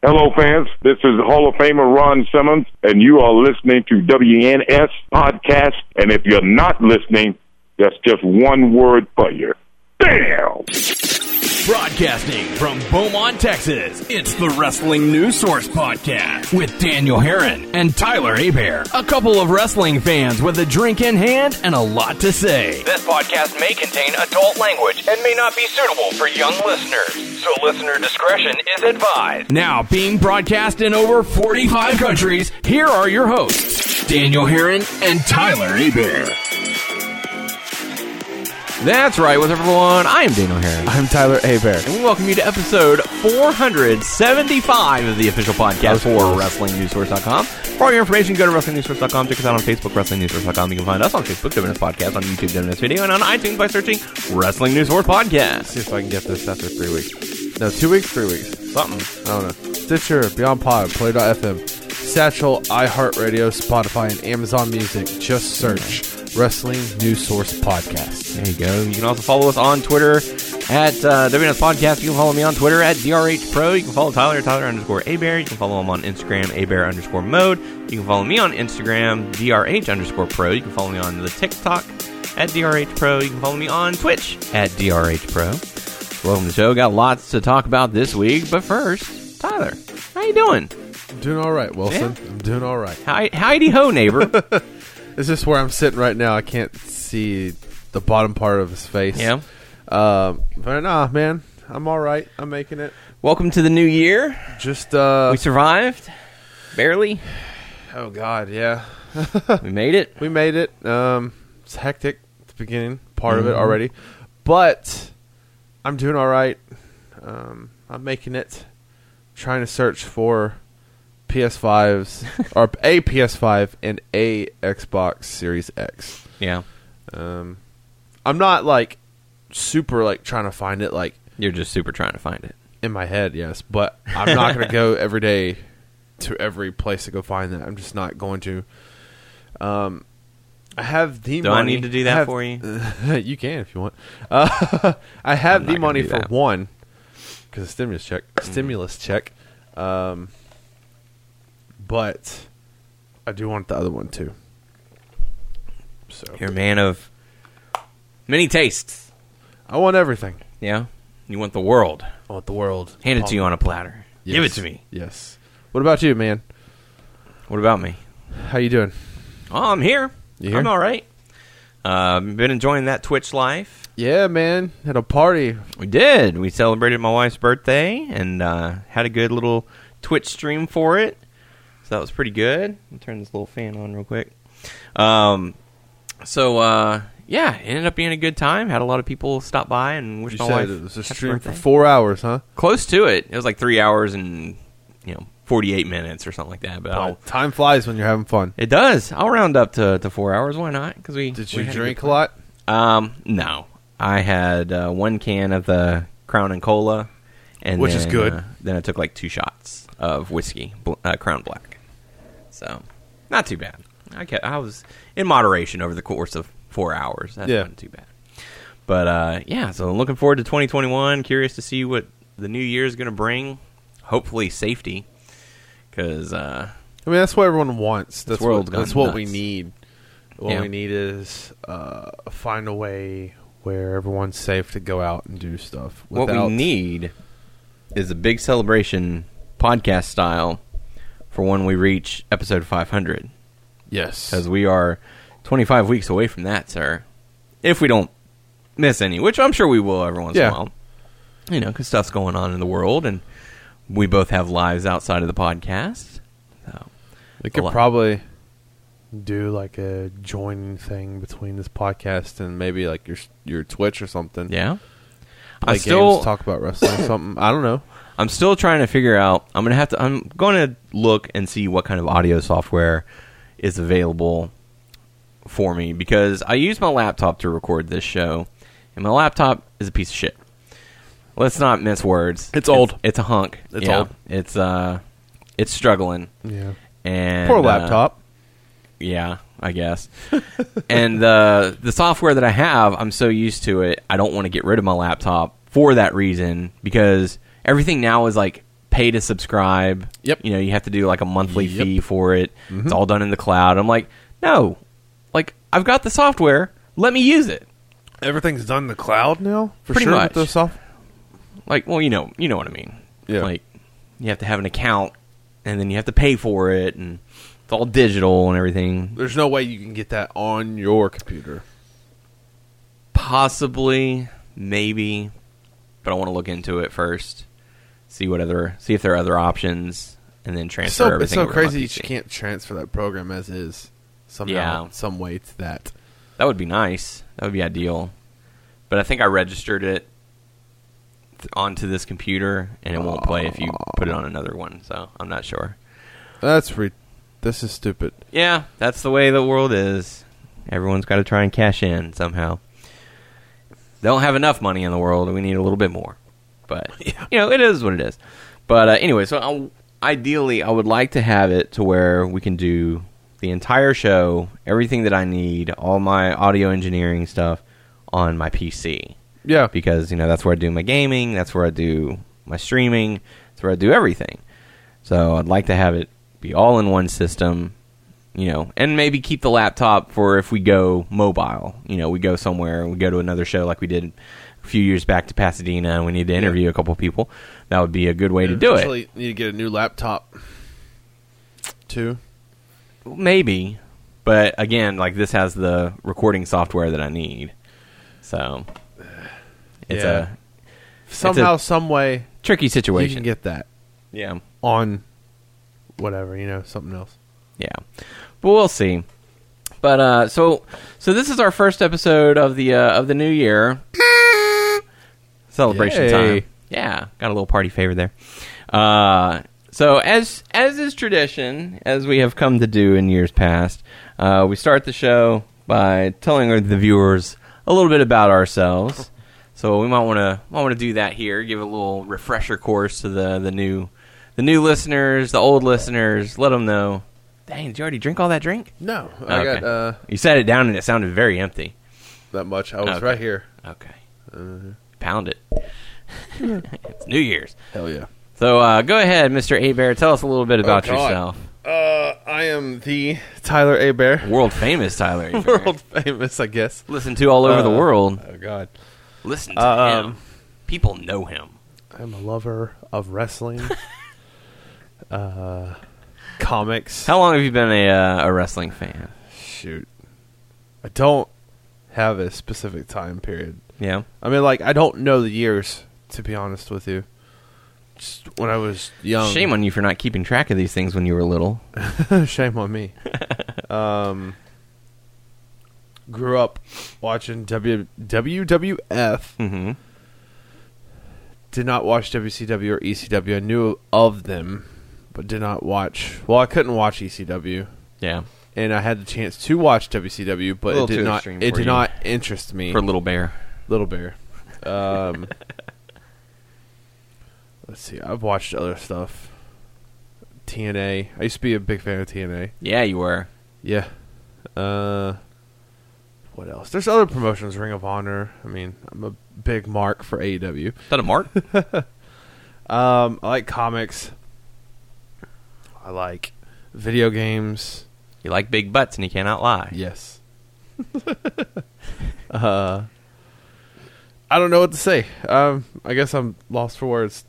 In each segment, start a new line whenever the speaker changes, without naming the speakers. Hello, fans. This is Hall of Famer Ron Simmons, and you are listening to WNS Podcast. And if you're not listening, that's just one word for you. Damn!
Broadcasting from Beaumont, Texas, it's the Wrestling News Source Podcast with Daniel Herron and Tyler Abair, a couple of wrestling fans with a drink in hand and a lot to say.
This podcast may contain adult language and may not be suitable for young listeners, so listener discretion is advised.
Now, being broadcast in over 45 countries, here are your hosts, Daniel Herron and Tyler Abair.
That's right, what's up, everyone? I am Daniel Herron.
I'm Tyler Abear.
And we welcome you to episode 475 of the official podcast for WrestlingNewsSource.com. For all your information, go to WrestlingNewsSource.com. Check us out on Facebook, WrestlingNewsSource.com. You can find us on Facebook, WNS Podcast, on YouTube, WNS Video, and on iTunes by searching Wrestling News Source Podcast.
See if I can get this after three weeks. No, two weeks, three weeks.
Something.
I don't know. Stitcher, Beyond Pod, Play.fm, Satchel, iHeartRadio, Spotify, and Amazon Music. Just search Wrestling News Source Podcast.
There you go. You can also follow us on Twitter at uh, WNS Podcast. You can follow me on Twitter at DRH Pro. You can follow Tyler, Tyler underscore Abear. You can follow him on Instagram, Abear underscore Mode. You can follow me on Instagram, DRH underscore Pro. You can follow me on the TikTok at DRH Pro. You can follow me on Twitch at DRH Pro. Welcome to the show. Got lots to talk about this week, but first, Tyler, how you doing?
Doing all right, Wilson. I'm doing all right.
Hi- Hidey ho, neighbor.
Is this where I'm sitting right now? I can't see the bottom part of his face.
yeah.
Um, but nah, man, I'm all right. I'm making it.
Welcome to the new year.
Just uh.
We survived, barely.
oh God, yeah.
We made it.
We made it. Um, it's hectic at the beginning part of it already, but I'm doing all right. Um, I'm making it. Trying to search for PS5s or a PS5 and a Xbox Series X.
Yeah.
Um, I'm not like super like trying to find it like
You're just super trying to find it.
in my head, yes, but I'm not going to go every day to every place to go find that. I'm just not going to. Um, I have the
Do I
money.
need to do that
have-
for you?
you can if you want. Uh, I have
I'm not
the
gonna
money
do
for
that. Mm.
one because stimulus check, stimulus check. Um, but I do want the other one too. So
You're a man of many tastes.
I want everything.
Yeah. You want the world.
I want the world.
Hand it to you on a platter.
Yes.
Give it to me.
Yes. What about you, man?
What about me?
How you doing?
Oh, I'm here.
You here?
I'm all right. Uh, been enjoying that Twitch life.
Yeah, man. At a party.
We did. We celebrated my wife's birthday and uh, had a good little Twitch stream for it. So that was pretty good. I'll turn this little fan on real quick. Um, so uh, yeah, it ended up being a good time. Had a lot of people stop by and wish
You
my
said
wife
it was a
happy
stream for
birthday.
four hours, huh?
close to it. It was like three hours and you know forty eight minutes or something like that. But I'll,
Well, time flies when you're having fun.
it does. I'll round up to, to four hours. Why not? Because we
Did
we
you
had a
drink
good-
a lot?
Um, no. I had uh, one can of the Crown and Cola, and
Which is
then,
good.
uh, then I took like two shots of whiskey, bl- uh, Crown Black. So not too bad. I kept, I was in moderation over the course of four hours. That's
Yeah.
not too bad. But uh, yeah, so I'm looking forward to 2021. Curious to see what the new year is going to bring. Hopefully, safety, because uh,
I mean, that's what everyone wants. That's
world's
what, that's
gone
what we
nuts.
need. What
Yeah.
we need is uh, find a way where everyone's safe to go out and do stuff.
what
without-
we need is a big celebration podcast style for when we reach episode 500
yes,
because we are 25 weeks away from that sir if we don't miss any which i'm sure we will every once
Yeah.
in a while you know because stuff's going on in the world and we both have lives outside of the podcast so
we
a
could
lot.
probably do like a joining thing between this podcast and maybe like your your Twitch or something.
yeah i
Play games,
still
talk about wrestling, something. I don't know.
I'm still trying to figure out. I'm gonna have to. I'm going to look and see what kind of audio software is available for me because I use my laptop to record this show, and my laptop is a piece of shit. Let's not mince words.
It's old.
It's, a hunk.
It's
Yeah.
old.
It's uh, it's struggling.
Yeah,
And
poor
uh,
laptop.
yeah, I guess. and uh, the the software that I have, I'm so used to it. I don't want to get rid of my laptop for that reason because everything now is like pay to subscribe.
Yep.
You know, you have to do like a monthly fee for it. It's all done in the cloud. I'm like, no, like I've got the software. Let me use it.
Everything's done in the cloud now. For
Pretty
sure
much.
with the soft.
Like, well, you know, you know what I mean.
Yeah.
Like, you have to have an account, and then you have to pay for it, and it's all digital and everything.
There's no way you can get that on your computer.
Possibly, maybe, but I want to look into it first. See what other, see if there are other options, and then transfer
It's so, it's
everything.
so
over to my
crazy you
PC.
can't transfer that program as is somehow,
Yeah.
some way to that.
That would be nice. That would be ideal. But I think I registered it th- onto this computer, and it won't play if you put it on another one. So I'm not sure.
That's re- this is stupid.
Yeah, that's the way the world is. Everyone's got to try and cash in somehow. They don't have enough money in the world. We need a little bit more. But, you know, it is what it is. But uh, anyway, so I, ideally, I would like to have it to where we can do the entire show, everything that I need, all my audio engineering stuff on my PC
Yeah.
because you know that's where I do my gaming, that's where I do my streaming, that's where I do everything. So I'd like to have it be all in one system, you know, and maybe keep the laptop for if we go mobile. You know, we go somewhere, we go to another show like we did a few years back to Pasadena, and we need to interview a couple people. That would be a good way to do it.
Actually, need to get a new laptop. Too.
Maybe, but again, like this has the recording software that I need, so it's
Yeah.
a
Somehow, some way,
tricky
you
situation.
can get that
yeah.
on whatever you know, something else.
Yeah, but we'll see. But uh, so so this is our first episode of the uh, of the new year celebration
Yay.
time. Yeah, got a little party favor there. Uh, so as as is tradition, as we have come to do in years past, uh, we start the show by telling the viewers a little bit about ourselves. So we might want to might want to do that here, give a little refresher course to the the new the new listeners, the old listeners. Let them know. Dang, did you already drink all that drink?
No, I
Okay.
got uh,
You sat it down and it sounded very empty.
that much. I was
Okay.
right here.
Okay,
Mm-hmm.
pound it. it's New Year's.
Hell yeah.
So uh, go ahead, Mr. A Bear. Tell us a little bit about
Oh, God.
yourself.
Uh, I am the Tyler A. Bear,
World famous Tyler. A. Bear.
world famous, I guess.
Listen to all over the
Uh,
world.
Oh God,
Listen to him. People know him.
I'm a lover of wrestling, uh, comics.
How long have you been a, uh, a wrestling fan?
Shoot, I don't have a specific time period.
Yeah.
I mean, like I don't know the years to be honest with you. Just when I was young,
Shame on you for not keeping track of these things when you were little.
Shame on me. um, grew up watching w- WWF.
Mm-hmm.
Did not watch WCW or ECW. I knew of them, but did not watch. Well, I couldn't watch ECW,
Yeah.
and I had the chance to watch WCW, but
Little
it
too
did not.
extreme
It
for you.
did not interest me.
For Little Bear.
Little Bear. Um, let's see. I've watched other stuff. TNA. I used to be a big fan of TNA.
Yeah, you were.
Yeah. Uh, what else? There's other promotions. Ring of Honor. I mean, I'm a big mark for E AEW.
Is that a Mart?
Um, I like comics. I like video games.
you like big butts and you cannot lie.
Yes. uh, I don't know what to say. Um, I guess I'm lost for words.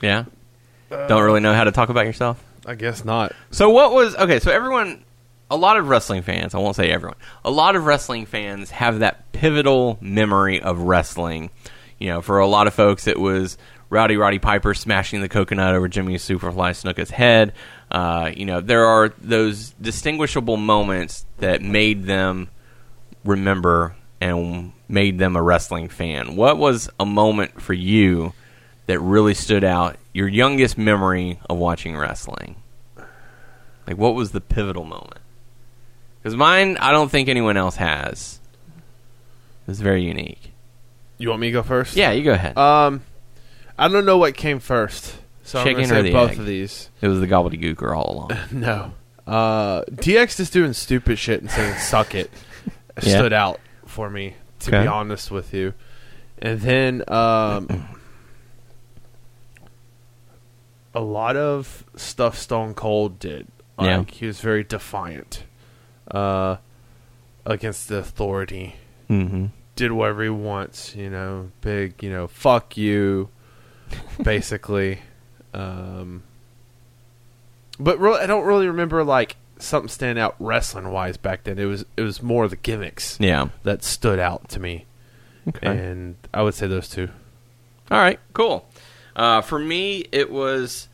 Yeah. Don't really know how to talk about yourself.
I guess not.
So what was okay? So everyone, a lot of wrestling fans. I won't say everyone. A lot of wrestling fans have that pivotal memory of wrestling. You know, for a lot of folks, it was Rowdy Roddy Piper smashing the coconut over Jimmy Superfly Snuka's head. Uh, you know, there are those distinguishable moments that made them remember and made them a wrestling fan. What was a moment for you that really stood out? Your youngest memory of watching wrestling? Like, what was the pivotal moment? Because mine, I don't think anyone else has. It's very unique.
You want me to go first?
Yeah, you go ahead.
Um, I don't know what came first, so I'm
Chicken
gonna say
or the
both
egg?
of these.
it was the gobbledygooker all along.
No. Uh, DX just doing stupid shit and saying "suck it"
Yeah.
stood out for me, to
Okay.
be honest with you. And then um, a lot of stuff Stone Cold did. Like
Yeah.
he was very defiant uh, against the authority.
Mm-hmm.
Did whatever he wants, you know, big, you know, fuck you, basically. Um, but really, I don't really remember like something stand out wrestling wise back then. It was it was more the gimmicks
Yeah.
that stood out to me,
Okay.
and I would say those two.
All right, cool. Uh, for me, it was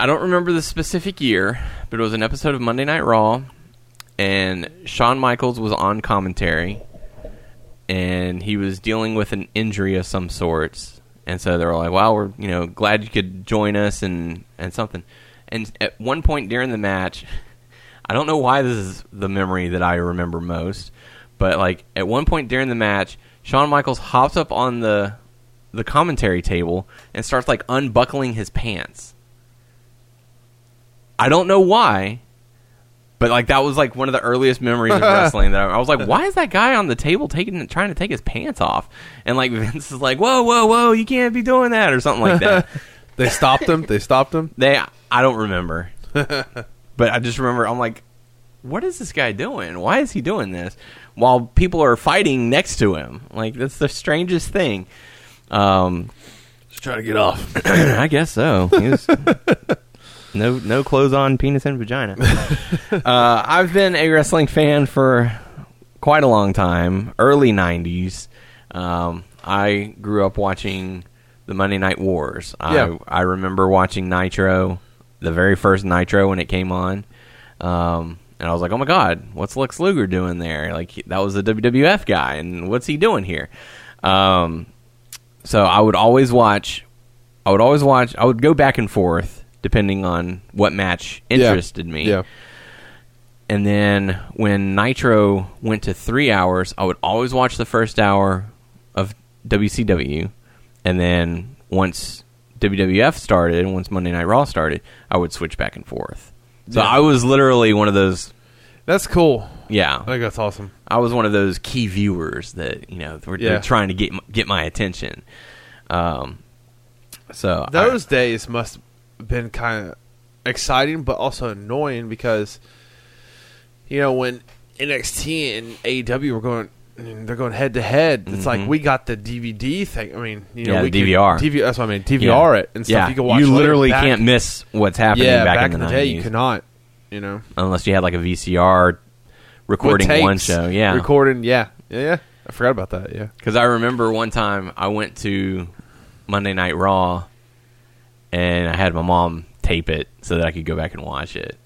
I don't remember the specific year, but it was an episode of Monday Night Raw, and Shawn Michaels was on commentary, and he was dealing with an injury of some sorts, and so they were like, "Wow, we're you know glad you could join us and and something." And at one point during the match, I don't know why this is the memory that I remember most, but like at one point during the match, Shawn Michaels hops up on the the commentary table and starts like unbuckling his pants. I don't know why, but like that was like one of the earliest memories of wrestling that I, I was like, why is that guy on the table taking trying to take his pants off? And like Vince is like, whoa, whoa, whoa, you can't be doing that or something like that.
They stopped him. They stopped him.
They, I don't remember, but I just remember I'm like, what is this guy doing? Why is he doing this while people are fighting next to him? Like that's the strangest thing. Um,
Just trying to get off.
I guess so. He was- no, no clothes on, penis and vagina. uh, I've been a wrestling fan for quite a long time. Early '90s. Um, I grew up watching the Monday Night Wars.
Yeah.
I, I remember watching Nitro, the very first Nitro when it came on. Um, and I was like, oh my God, what's Lex Luger doing there? Like, he- that was a WWF guy, and what's he doing here? Um, so I would always watch. I would always watch. I would go back and forth depending on what match interested me.
Yeah.
And then when Nitro went to three hours, I would always watch the first hour of WCW. And then once WWF started, once Monday Night Raw started, I would switch back and forth. So I was literally one of those.
That's cool. I
Yeah,
think that's awesome.
I was one of those key viewers that you know were,
Yeah.
were trying to get m- get my attention. Um, so I-
Those days must have been kind of exciting, but also annoying because, you know, when NXT and AEW were going, they're going head to head. It's like we got the DVD thing. I mean, you
Mm-hmm.
know,
Yeah,
we
the DVR.
DV, that's what I mean. DVR it and stuff.
Yeah.
You can watch. later.
literally
Back-
can't miss what's happening
Yeah,
back, in the,
day, you
90s,
cannot. You know, with
unless you had like a VCR recording one
tapes,
show. Yeah,
recording. Yeah, yeah, yeah. I forgot about that. Yeah,
because I remember one time I went to Monday Night Raw, and I had my mom tape it so that I could go back and watch it.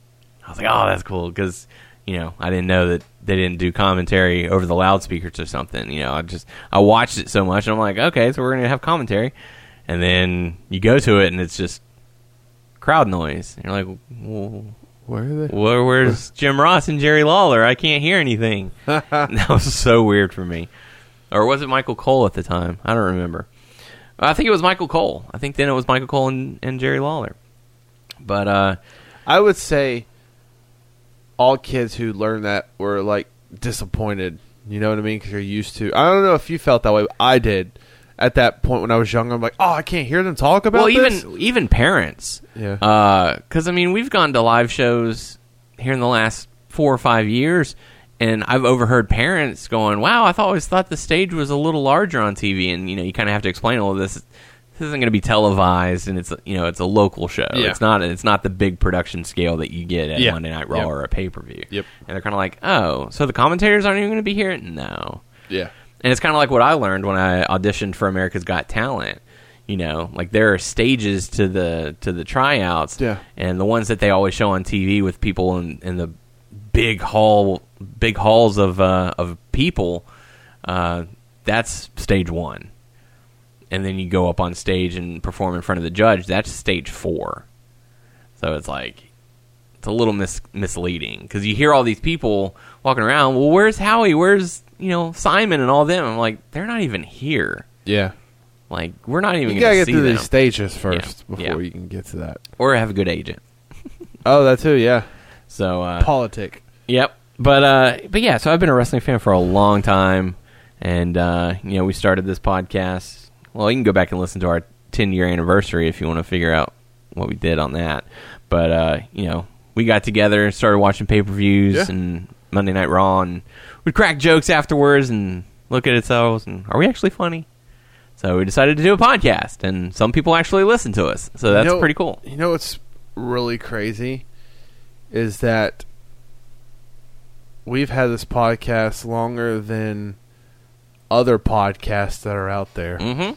I was like, "Oh, that's cool," because you know I didn't know that they didn't do commentary over the loudspeakers or something. You know, I just I watched it so much, and I'm like, "Okay, so we're gonna have commentary," and then you go to it, and it's just crowd noise. And you're like, well,
where are they?
where, where's Jim Ross and Jerry Lawler? I can't hear anything. that was so weird for me. Or was it Michael Cole at the time? I don't remember. I think it was Michael Cole. I think then it was Michael Cole and, and Jerry Lawler. But uh,
I would say all kids who learned that were like disappointed. You know what I mean? Because you're used to. I don't know if you felt that way. But I did at that point when I was younger. I'm like, oh, I can't hear them talk
well,
about. this?
even even parents,
Yeah.
Because I mean, we've gone to live shows here in the last four or five years, and I've overheard parents going, "Wow, I thought, always thought the stage was a little larger on TV," and you know, you kind of have to explain all of this. This isn't going to be televised, and it's you know, it's a local show.
Yeah.
It's not it's not the big production scale that you get at
Yeah.
Monday Night Raw
Yep.
or a pay per view.
Yep.
And they're kind of like, "Oh, so the commentators aren't even going to be here?" No.
yeah,
And it's kind of like what I learned when I auditioned for America's Got Talent. You know, like there are stages to the to the tryouts,
Yeah.
and the ones that they always show on TV with people in, in the big hall, big halls of uh, of people. Uh, that's stage one, and then you go up on stage and perform in front of the judge. That's stage four. So it's like it's a little mis- misleading because you hear all these people walking around. Well, where's Howie? Where's you know Simon and all them? I'm like, they're not even here.
yeah.
Like we're not even going
You gotta
to
get
see
through
them
these stages first
Yeah.
before
Yeah.
you can get to that.
or have a good agent.
Oh, that too. Yeah,
So uh,
politic.
Yep. But uh, but yeah, so I've been a wrestling fan for a long time, and uh, you know we started this podcast. Well, you can go back and listen to our ten year anniversary if you want to figure out what we did on that. But uh, you know, we got together, started watching pay per views
Yeah.
and Monday Night Raw, and we'd crack jokes afterwards and look at ourselves and are we actually funny? So we decided to do a podcast, and some people actually listen to us. So that's
You know-
pretty cool.
You know what's really crazy is that we've had this podcast longer than other podcasts that are out there.
Mm-hmm.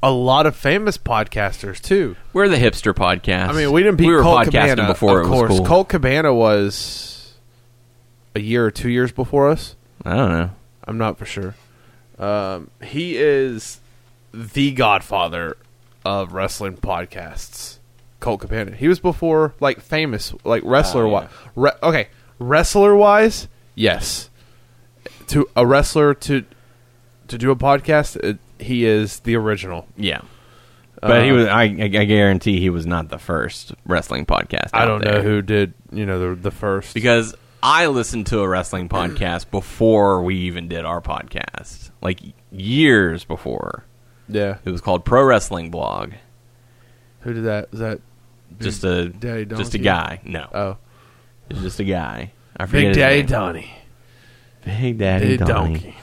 A lot of famous podcasters too.
We're the hipster podcast.
I mean, we didn't beat
we were
Colt
podcasting
Cabana
before
Of
it was
course,
cool.
Colt Cabana was a year or two years before us.
I don't know.
I'm not for sure. Um, he is the godfather of wrestling podcasts. Colt Cabana. He was before like famous, like wrestler
Oh,
wise. Re- okay, wrestler wise, yes. To a wrestler to to do a podcast, it, he is the original.
Yeah. But he
Uh,
was. I, I I guarantee he was not the first wrestling podcast.
I
out
don't know
there.
who did you know the the first
because I listened to a wrestling podcast before we even did our podcast, like years before.
yeah
It was called Pro Wrestling Blog.
who did that was that
Just a
Daddy
just a
Donkey?
guy. No,
oh
it was just a guy. I forget
Big
his
Daddy
name.
Donnie
Big Daddy
Big
Donkey.
Donkey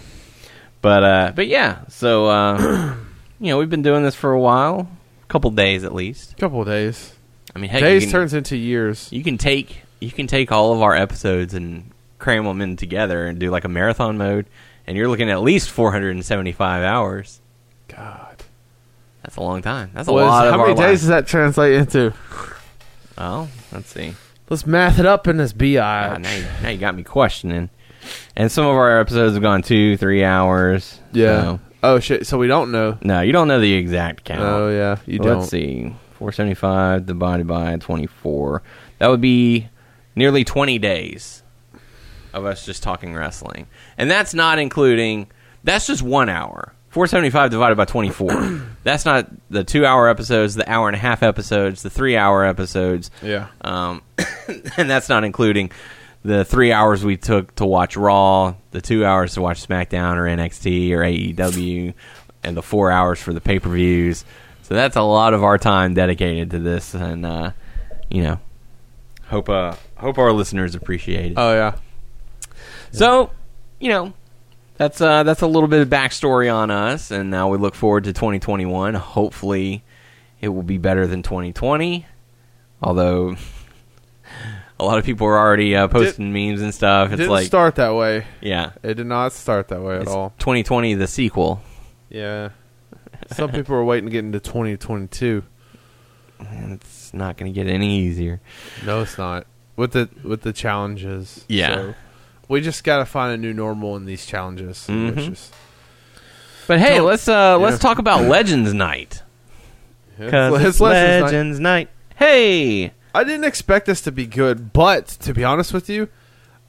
But uh, but yeah. So uh, you know, we've been doing this for a while, a couple days at least.
couple of days
I mean, heck, you
days
can-
turns into years
you can take you can take all of our episodes and cram them in together and do like a marathon mode and you're looking at least 475 hours
God
that's a long time that's a
What is-
lot of
how
our
many days
lives.
does that translate into?
oh let's see
Let's math it up in this bi.
Ah, now, you, now you got me questioning and some of our episodes have gone two three hours
yeah.
so-
Oh shit. So we don't know.
no you don't know the exact count
Oh yeah, you
let's
don't.
see 475 divided by 24 that would be nearly 20 days of us just talking wrestling and that's not including that's just one hour 475 divided by 24 that's not the two hour episodes the hour and a half episodes the three hour episodes
Yeah.
um, and that's not including the three hours we took to watch Raw, the two hours to watch SmackDown or NXT or AEW, and the four hours for the pay per views. So that's a lot of our time dedicated to this, and uh, you know, hope uh, hope our listeners appreciate it.
Oh yeah.
so, you know, that's uh, that's a little bit of backstory on us, and now we look forward to 2021. Hopefully, it will be better than 2020. Although, a lot of people are already uh, posting memes and stuff.
It
It's
didn't
like,
start that way.
yeah,
It did not start that way at
it's
all.
2020 the sequel.
Yeah. Some people are waiting to get into 2022.
And it's not going to get any easier.
No, it's not. With the with the challenges.
Yeah.
So, we just got to find a new normal in these challenges.
Mm-hmm.
It's just-
But hey,
Don't-
let's uh,
Yeah.
let's talk about Legends Night.
yeah.
'Cause
It's
it's
lessons night.
Legends Night. Hey,
I didn't expect this to be good, but to be honest with you,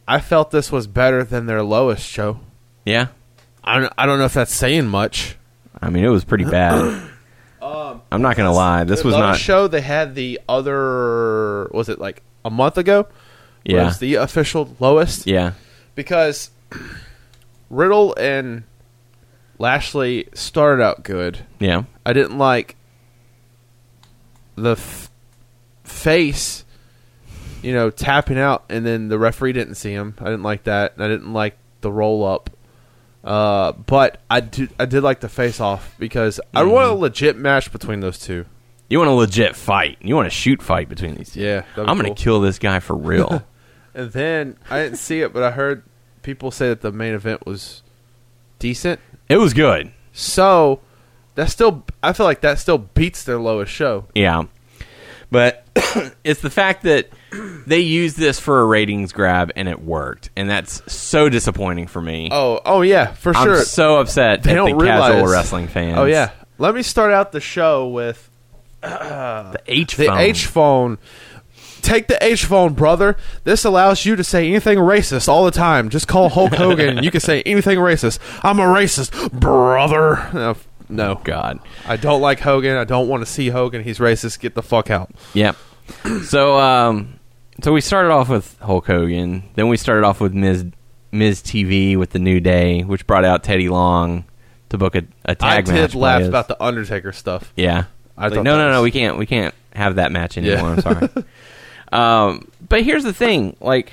I felt this was better than their lowest show.
yeah.
I don't, I don't know if that's saying much.
I mean, it was pretty bad.
Um,
I'm not gonna lie. This was
The
not.
last show they had the other was it like a month ago?
Yeah.
was the official lowest
yeah.
because Riddle and Lashley started out good.
Yeah.
I didn't like the f- face, you know, tapping out, and then the referee didn't see him. I didn't like that. and I didn't like the roll up. Uh, but I do, I did like the face off because I want a legit match between those two.
You want a legit fight. You want a shoot fight between these two.
Yeah, that'd be
I'm going to
cool.
kill this guy for real.
And then I didn't see it, but I heard people say that the main event was decent.
it was good.
So that still, I feel like that still beats their lowest show.
Yeah. But it's the fact that they used this for a ratings grab and it worked. And that's so disappointing for me.
Oh, oh yeah, for
I'm
sure.
so upset
They
at
don't
the casual
realize.
wrestling fans.
Oh yeah. Let me start out the show with
The H
the
phone.
H phone. Take the H phone, brother. This allows you to say anything racist all the time. Just call Hulk Hogan and you can say anything racist. I'm a racist, brother. No, f- no.
God.
I don't like Hogan. I don't want to see Hogan. He's racist. Get the fuck out.
Yep. So um, so we started off with Hulk Hogan. Then we started off with Ms. Ms. TV with the New Day, which brought out Teddy Long to book a, a
I
tag match.
did
by
laugh
us.
about the Undertaker stuff.
yeah.
I
Like,
thought
no,
that
no, no,
was-
we can't, we can't have that match
Yeah.
anymore. I'm sorry. um, but here's the thing, like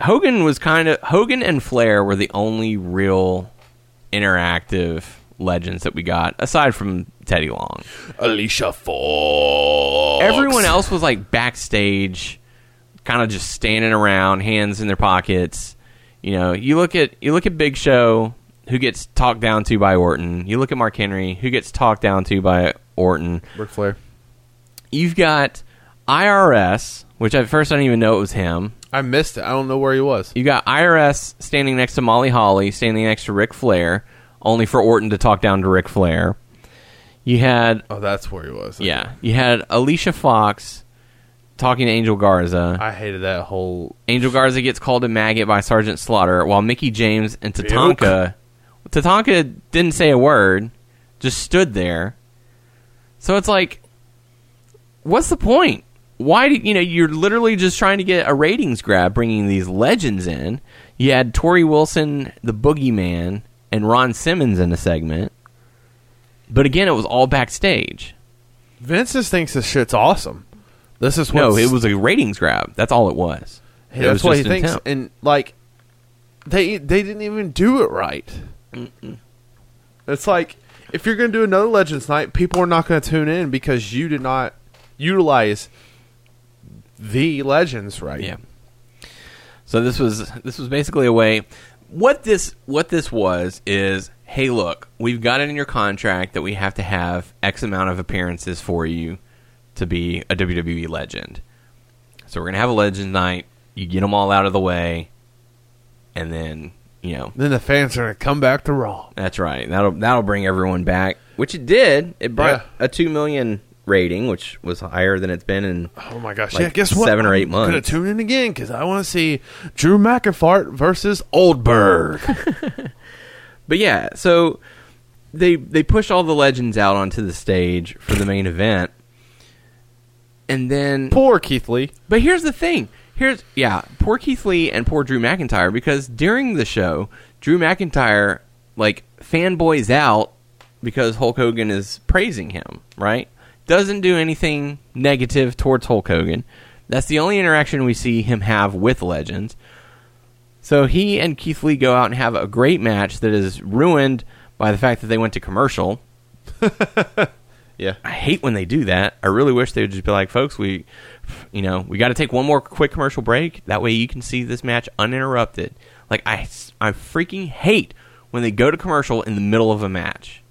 Hogan was kind of Hogan and Flair were the only real interactive legends that we got aside from Teddy Long.
Alicia Fox.
Everyone else was like backstage, kind of just standing around, hands in their pockets. You know, you look at you look at Big Show, who gets talked down to by Orton. You look at Mark Henry, who gets talked down to by Orton.
Ric Flair.
You've got IRS, which at first I didn't even know it was him.
I missed it. I don't know where he was.
You got IRS standing next to Molly Holly, standing next to Ric Flair, only for Orton to talk down to Ric Flair. You had
Oh, that's where he was.
yeah, you had Alicia Fox talking to Angel Garza.
I hated that whole.
Angel Garza gets called a maggot by Sergeant Slaughter, while Mickey James and Tatanka. Tatanka didn't say a word, just stood there. So it's like, what's the point? Why did you know you're literally just trying to get a ratings grab, bringing these legends in? You had Tori Wilson, the Boogeyman, and Ron Simmons in a segment, but again, it was all backstage.
Vince just thinks this shit's awesome. This is what
No, it was a ratings grab. That's all it was.
Hey,
It
that's
was
what he
just an
thinks,
attempt.
and like they they didn't even do it right. It's like if you're gonna do another Legends night, people are not gonna tune in because you did not utilize the Legends right.
Yeah. So this was this was basically a way. What this what this was is, hey, look, we've got it in your contract that we have to have X amount of appearances for you to be a WWE legend. So we're gonna have a legend night. You get them all out of the way, and then you know
Then the fans are gonna come back to Raw.
that's right. That'll that'll bring everyone back, which it did. It brought
Yeah.
a two million rating, which was higher than it's been in
Oh my gosh!
Like
yeah, guess what?
seven or eight
I'm Gonna
months.
tune in again because I want to see Drew McIntyre versus Oldberg.
But yeah, so they they push all the legends out onto the stage for the main event. And then
Poor Keith Lee.
but here's the thing. Here's yeah, poor Keith Lee and poor Drew McIntyre because during the show, Drew McIntyre like fanboys out because Hulk Hogan is praising him, right? Doesn't do anything negative towards Hulk Hogan. That's the only interaction we see him have with legends. So he and Keith Lee go out and have a great match that is ruined by the fact that they went to commercial.
Yeah.
I hate when they do that. I really wish they would just be like, folks, we, you know, we got to take one more quick commercial break. That way you can see this match uninterrupted. Like, I, I freaking hate when they go to commercial in the middle of a match.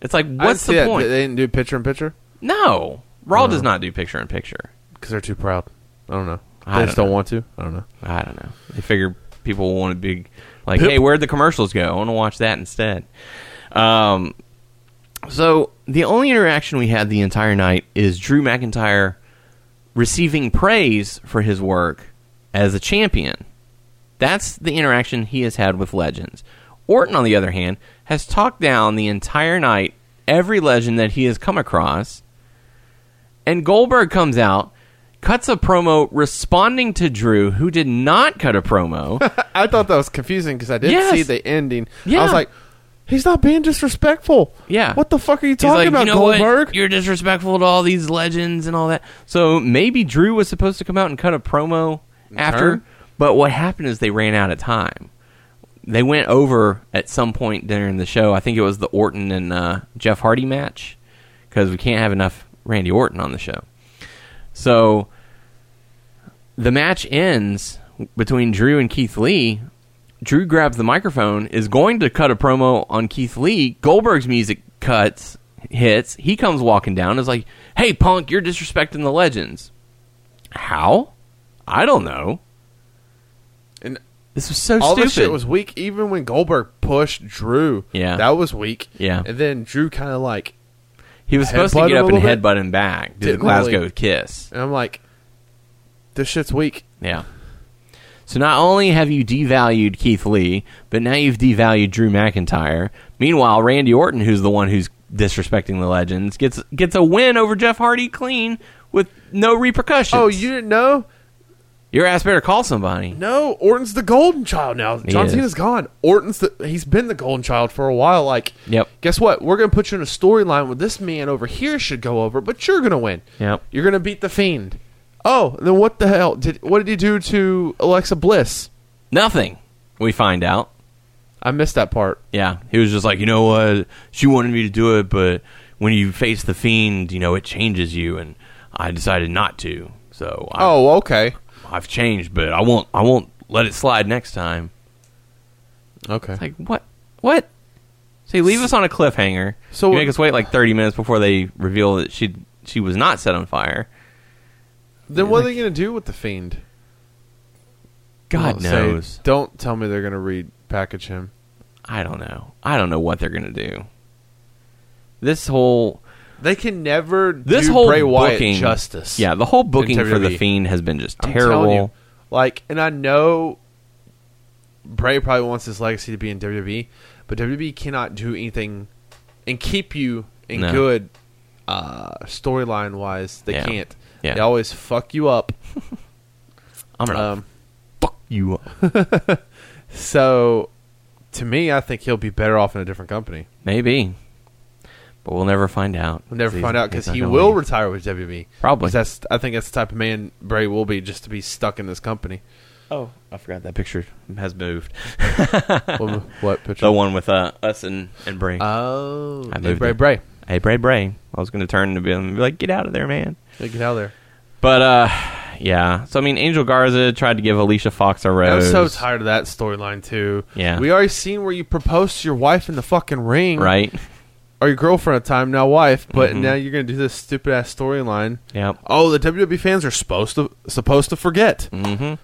It's like,
I
what's
see
the
that.
point?
They Uh-huh. didn't do picture in picture
no. Raw does not do picture in picture.
because they're too proud. I don't know. They
I
just
don't
don't
know.
want to. I don't know.
I don't know. They figure people want to be like,
Pip.
hey, where'd the commercials go? I want to watch that instead. Um, so the only interaction we had the entire night is Drew McIntyre receiving praise for his work as a champion. That's the interaction he has had with legends. Orton, on the other hand, has talked down the entire night every legend that he has come across. And Goldberg comes out, cuts a promo responding to Drew, who did not cut a promo.
I thought that was confusing because I didn't
Yes.
see the ending. I
Yeah.
was like, he's not being disrespectful.
Yeah.
What the fuck are you
He's
talking about,
you know what?
Goldberg?
You're disrespectful to all these legends and all that. So maybe Drew was supposed to come out and cut a promo after,
turn?
but what happened is they ran out of time. They went over at some point during the show. I think it was the Orton and uh, Jeff Hardy match because we can't have enough Randy Orton on the show. So the match ends between Drew and Keith Lee. Drew grabs the microphone, is going to cut a promo on Keith Lee. Goldberg's music cuts, hits. He comes walking down, is like, "Hey, Punk, you're disrespecting the legends." How? I don't know.
And
This was so
all
stupid.
this shit was weak. Even when Goldberg pushed Drew,
Yeah.
that was weak.
Yeah.
And then Drew kind of like,
he was supposed to
headbutt
get
a
up and
little bit?
headbutt him back, do the
Didn't
Glasgow
really.
kiss.
and I'm like, this shit's weak.
Yeah. So not only have you devalued Keith Lee, but now you've devalued Drew McIntyre. Meanwhile, Randy Orton, who's the one who's disrespecting the legends, gets gets a win over Jeff Hardy clean with no repercussions.
Oh, you didn't know?
Your ass better call somebody.
No, Orton's the golden child now. John
is.
Cena's gone. Orton's the he's been the golden child for a while. Like,
Yep.
Guess what? We're gonna put you in a storyline where this man over here should go over, but you're gonna win.
Yep.
You're gonna beat the fiend. Oh, then what the hell did what did he do to Alexa Bliss?
Nothing. We find out.
I missed that part.
Yeah, he was just like, you know what? She wanted me to do it, but when you face the fiend, you know it changes you, and I decided not to. So I,
Oh, okay,
I've changed, but I won't. I won't let it slide next time.
okay.
Like what? What? See, leave us on a cliffhanger.
So-
So you make us wait like thirty minutes before they reveal that she she was not set on fire.
then what are they gonna do with the fiend?
God
Don't say-
knows.
don't tell me they're gonna repackage him.
I don't know. I don't know what they're gonna do. This whole
They can never
this
do
whole
Bray Wyatt
booking
justice.
Yeah, the whole booking for the
WWE.
fiend has been just
I'm telling
terrible.
you. Like, and I know Bray probably wants his legacy to be in WWE, but WWE cannot do anything and keep you in
No.
good uh, storyline wise. They
Yeah.
can't.
Yeah.
They always fuck you up.
I'm gonna
Um,
fuck you up.
so, to me, I think he'll be better off in a different company.
Maybe, but we'll never find out.
We'll never
He's-
find out
he's
because
not
he
gonna
will
leave.
retire with WWE.
Probably.
'Cause That's. I think that's the type of man Bray will be, just to be stuck in this company.
oh, I forgot that picture has moved.
what, what picture?
the one with uh, us and and Bray.
Oh,
I
hey,
moved
Bray,
it.
Bray,
hey, Bray, Bray. I was gonna turn to him and be like, get out of there, man.
Hey, get out of there.
But uh, yeah. So I mean, Angel Garza tried to give Alicia Fox a
I'm
rose.
so tired of that storyline too.
Yeah.
we already seen where you propose to your wife in the fucking ring,
Right? Mm-hmm.
Or your girlfriend at the time, now wife, but now you're gonna do this stupid ass storyline.
Yep.
Oh, the WWE fans are supposed to supposed to forget. Mm-hmm.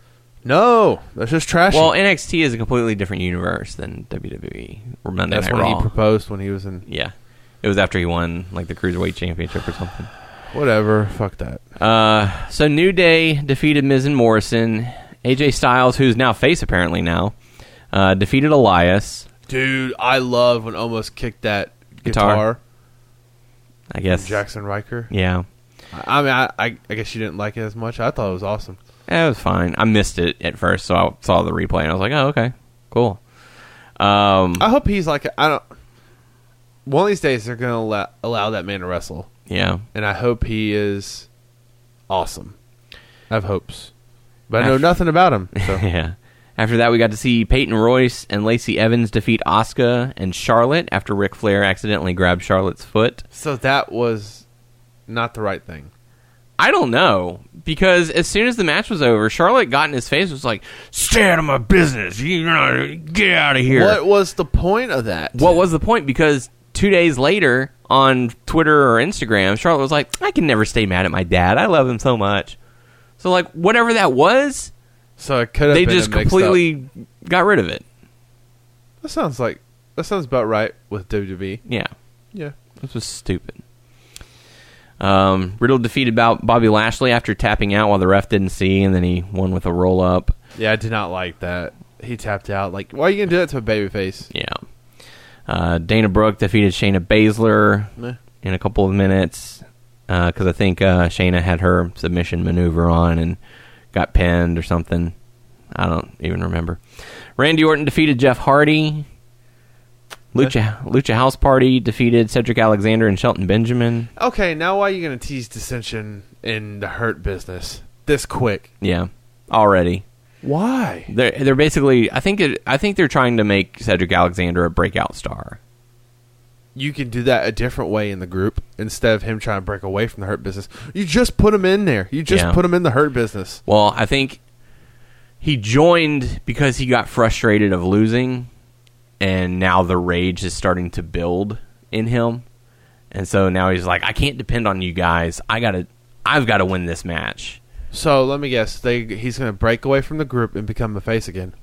No, that's just trash.
Well, NXT is a completely different universe than WWE. or Monday
that's
Night
when
Raw.
he proposed when he was in
yeah, it was after he won like the cruiserweight championship or something.
whatever. Fuck that.
Uh, so New Day defeated Miz and Morrison. AJ Styles, who's now face apparently now, uh, defeated Elias.
Dude, I love when almost kicked that
Guitar.
guitar.
I guess.
Jackson Riker.
Yeah,
I I mean, I, I, I guess you didn't like it as much. I thought it was awesome.
Eh, it was fine. I missed it at first, so I saw the replay and I was like, "Oh, okay, cool." Um,
I hope he's like I don't. One of these days, they're gonna allow, allow that man to wrestle,
yeah.
and I hope he is awesome. I have hopes, but I know
Ash-
nothing about him. So
Yeah. After that, we got to see Peyton Royce and Lacey Evans defeat Asuka and Charlotte after Ric Flair accidentally grabbed Charlotte's foot.
so that was not the right thing.
I don't know because as soon as the match was over, Charlotte got in his face and was like, "Stay out of my business! You know, get out of here!"
What was the point of that?
What was the point? Because two days later on Twitter or Instagram, Charlotte was like, "I can never stay mad at my dad. I love him so much." So like whatever that was,
So it could have.
they
been a
just
mixed up-
completely got rid of it.
That sounds like that sounds about right with WWE.
Yeah.
Yeah.
This was stupid. Um, Riddle defeated Bob- Bobby Lashley after tapping out while the ref didn't see, and then he won with a roll up.
Yeah, I did not like that. He tapped out. Like, why are you gonna do that to a babyface?
Yeah. Uh, Dana Brooke defeated Shayna Baszler
Meh.
in a couple of minutes because I think uh, Shayna had her submission maneuver on and got pinned or something. I don't even remember. Randy Orton defeated Jeff Hardy. Lucha Lucha House Party defeated Cedric Alexander and Shelton Benjamin.
Okay, now why are you gonna tease dissension in the hurt business this quick?
Yeah, already.
Why?
They're they're basically I think it, I think they're trying to make Cedric Alexander a breakout star.
you can do that a different way in the group instead of him trying to break away from the hurt business. You just put him in there. You just
Yeah.
put him in the hurt business.
Well, I think he joined because he got frustrated of losing and now the rage is starting to build in him. And so now he's like I can't depend on you guys. I got to I've got to win this match.
So let me guess, they he's going to break away from the group and become a face again.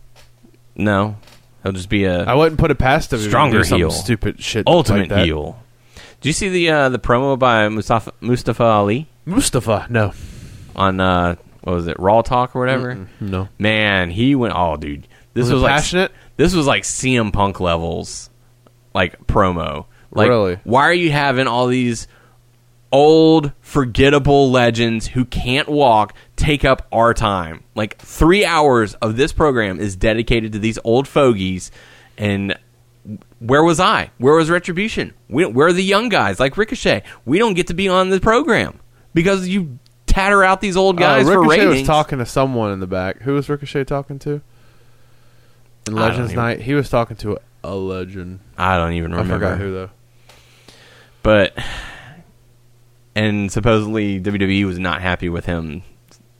No. He'll just be a
I wouldn't put it past him. if he
Stronger
did some
heel.
stupid shit, like
ultimate
that.
heel. Do you see the uh, the promo by Mustafa, Mustafa Ali
Mustafa, no,
on uh, what was it Raw Talk or whatever?
no.
Man, he went. Oh, dude, this
Was
was,
it
like,
passionate?
This was like CM Punk levels, like promo. Like,
Really?
why are you having all these old, forgettable legends who can't walk take up our time. Like three hours of this program is dedicated to these old fogies, and where was I? Where was Retribution? We, where are the young guys like Ricochet? We don't get to be on the program because you tatter out these old guys
uh,
for
Ricochet
ratings.
was talking to someone in the back. Who was Ricochet talking to? In
I don't
Legends
even-
Night, he was talking to a legend.
I don't even
I
remember
forgot who though.
but and supposedly WWE was not happy with him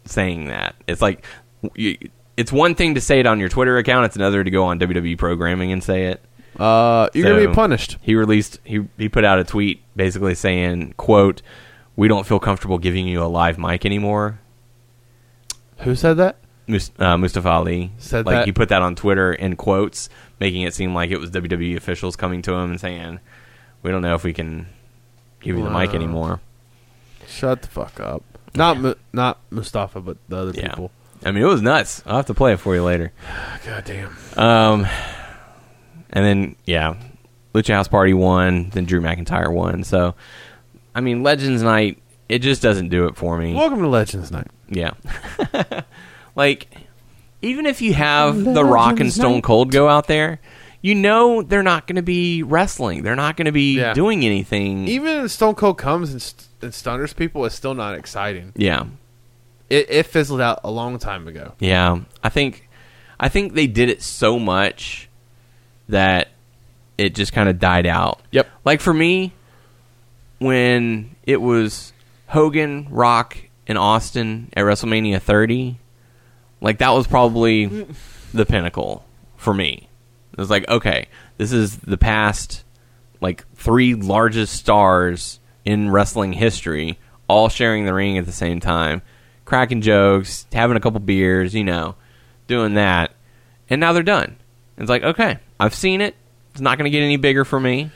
saying that. It's like you, it's one thing to say it on your Twitter account; it's another to go on WWE programming and say it.
Uh, you're gonna
So,
be punished.
He released he he put out a tweet basically saying, "quote We don't feel comfortable giving you a live mic anymore."
Who said that?
Mus- uh, Mustafa Ali
Said
like
that-
he put that on Twitter in quotes, making it seem like it was WWE officials coming to him and saying, "We don't know if we can give you the mic
Wow.
anymore."
Shut the fuck up. Not Mu- not Mustafa, but the other
Yeah.
people.
I mean, it was nuts. I'll have to play it for you later.
God damn.
Um, and then yeah, Lucha House Party won. Then Drew McIntyre won. So, I mean, Legends Night it just doesn't do it for me.
Welcome to Legends Night.
Yeah, like even if you have The Rock and Stone Cold go out there, you know they're not going to be wrestling. They're not going to be
Yeah.
doing anything.
Even if Stone Cold comes and, st- and stunners people, it's still not exciting.
yeah,
It, it fizzled out a long time ago.
Yeah, I think I think they did it so much that it just kind of died out.
Yep.
Like for me, when it was Hogan, Rock, and Austin at WrestleMania 30, like that was probably the pinnacle for me. It was like, okay, this is the past like three largest stars in wrestling history all sharing the ring at the same time, cracking jokes, having a couple beers, you know, doing that. And now they're done. It's like, okay, I've seen it. It's not going to get any bigger for me.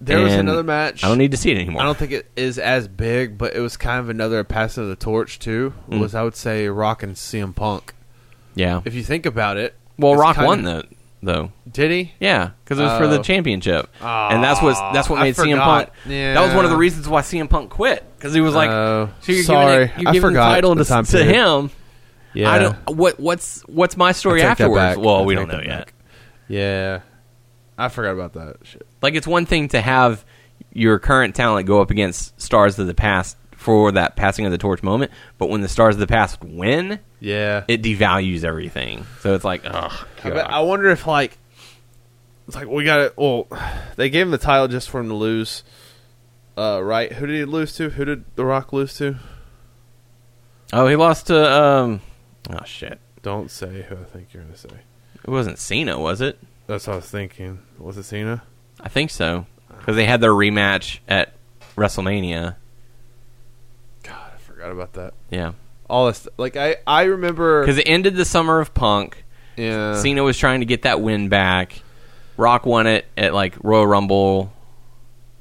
There was
And
another match.
I don't need to see it anymore.
I don't think it is as big, but it was kind of another passing of the torch too.
Mm.
Was I would say Rock and CM Punk.
yeah.
If you think about it,
Well,
it's
Rock
kinda-
won though, though.
Did he?
Yeah, because it was for the
Oh. Ah,
championship, and that's what that's what
I
made CM
forgot.
Punk. That was one of the
Yeah.
reasons why CM Punk quit because he was like,
Oh,
so you're
sorry.
giving, it, you're
I
giving
forgot
the title
the
to,
time
to
period.
him.
Yeah.
I don't. What what's what's my story
I take that
afterwards?
back.
Well,
I
we
take
don't know
that
yet.
back. Yeah. I forgot about that shit.
Like it's one thing to have your current talent go up against stars of the past for that passing of the torch moment, but when the stars of the past win,
Yeah.
it devalues everything. So it's like, oh,
I, bet-
God.
I wonder if like it's like we got it. Well, they gave him the title just for him to lose. Uh, right? Who did he lose to? Who did The Rock lose to?
oh, he lost to um, oh shit,
Don't say who I think you're gonna say.
it wasn't Cena, was it?
That's what I was thinking. Was it Cena?
I think so. Because they had their rematch at WrestleMania.
God, I forgot about that.
Yeah.
All this, like I, I remember.
Because it ended the summer of Punk.
yeah,
Cena was trying to get that win back. Rock won it at like Royal Rumble,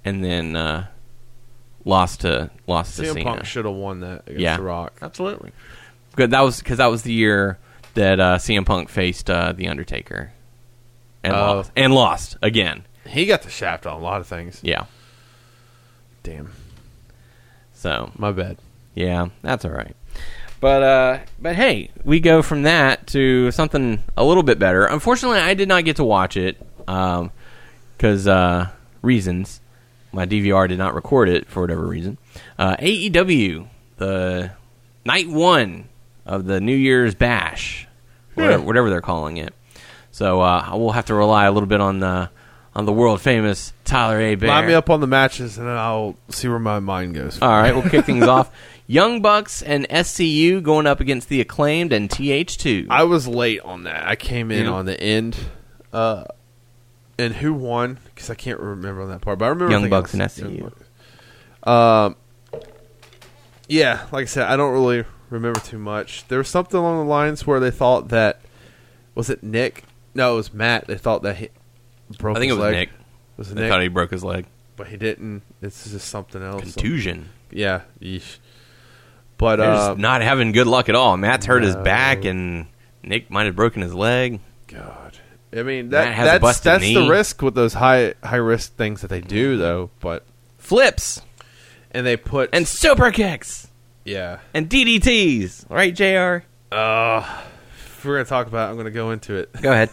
and then uh, lost to lost to
CM
Cena.
Punk should have won that against
Yeah.
The Rock.
Absolutely. Good. That was because that was the year that uh, CM Punk faced uh, the Undertaker, and
Oh.
lost and lost again.
He got the shaft on a lot of things.
Yeah.
Damn,
So
my bad.
Yeah, that's all right. But uh, but hey, we go from that to something a little bit better. Unfortunately, I did not get to watch it because uh, reasons. My DVR did not record it for whatever reason. Uh, AEW, the night one of the New Year's Bash, whatever, whatever they're calling it. So uh, I will have to rely a little bit on the on the world famous Tyler A. Bear.
Line me up on the matches, and then I'll see where my mind goes.
All right, we'll kick things off. Young Bucks and SCU going up against the acclaimed and TH2.
I was late on that. I came in
Yeah.
on the end. Uh, and who won? Because I can't remember on that part. But I remember
Young
thinking it
Bucks and
was-
SCU.
Um, yeah, like I said, I don't really remember too much. There was something along the lines where they thought that was it Nick? No, it was Matt. They thought that he broke.
I think it
his
was
leg.
Nick.
Was it
They
Nick?
thought he broke his leg.
but he didn't. This is just something else.
Contusion.
Yeah. Yeesh. But
They're
uh,
just not having good luck at all. Matt's hurt his
no.
back, and Nick might have broken his leg.
God. I mean
Matt
that
has a
that's
busted
that's
knee. Mm-hmm.
the risk with those high high risk things that they do though, but
Flips
and they put
and super kicks.
Yeah.
and DDTs. Right, Jr.
Uh, If we're gonna talk about, it, I'm gonna go into it.
Go ahead.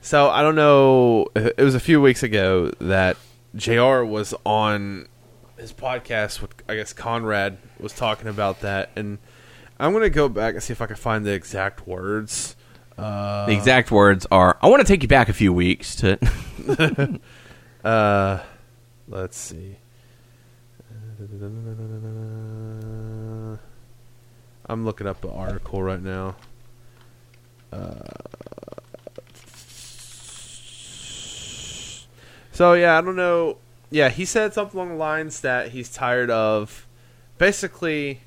So I don't know. It was a few weeks ago that Jr. was on his podcast with I guess Conrad was talking about that, and I'm gonna go back and see if I can find the exact words. Uh,
The exact words are I want to take you back a few weeks to
Uh, let's see. I'm looking up the article right now. Uh, so yeah, I don't know. Yeah, he said something along the lines that he's tired of, basically,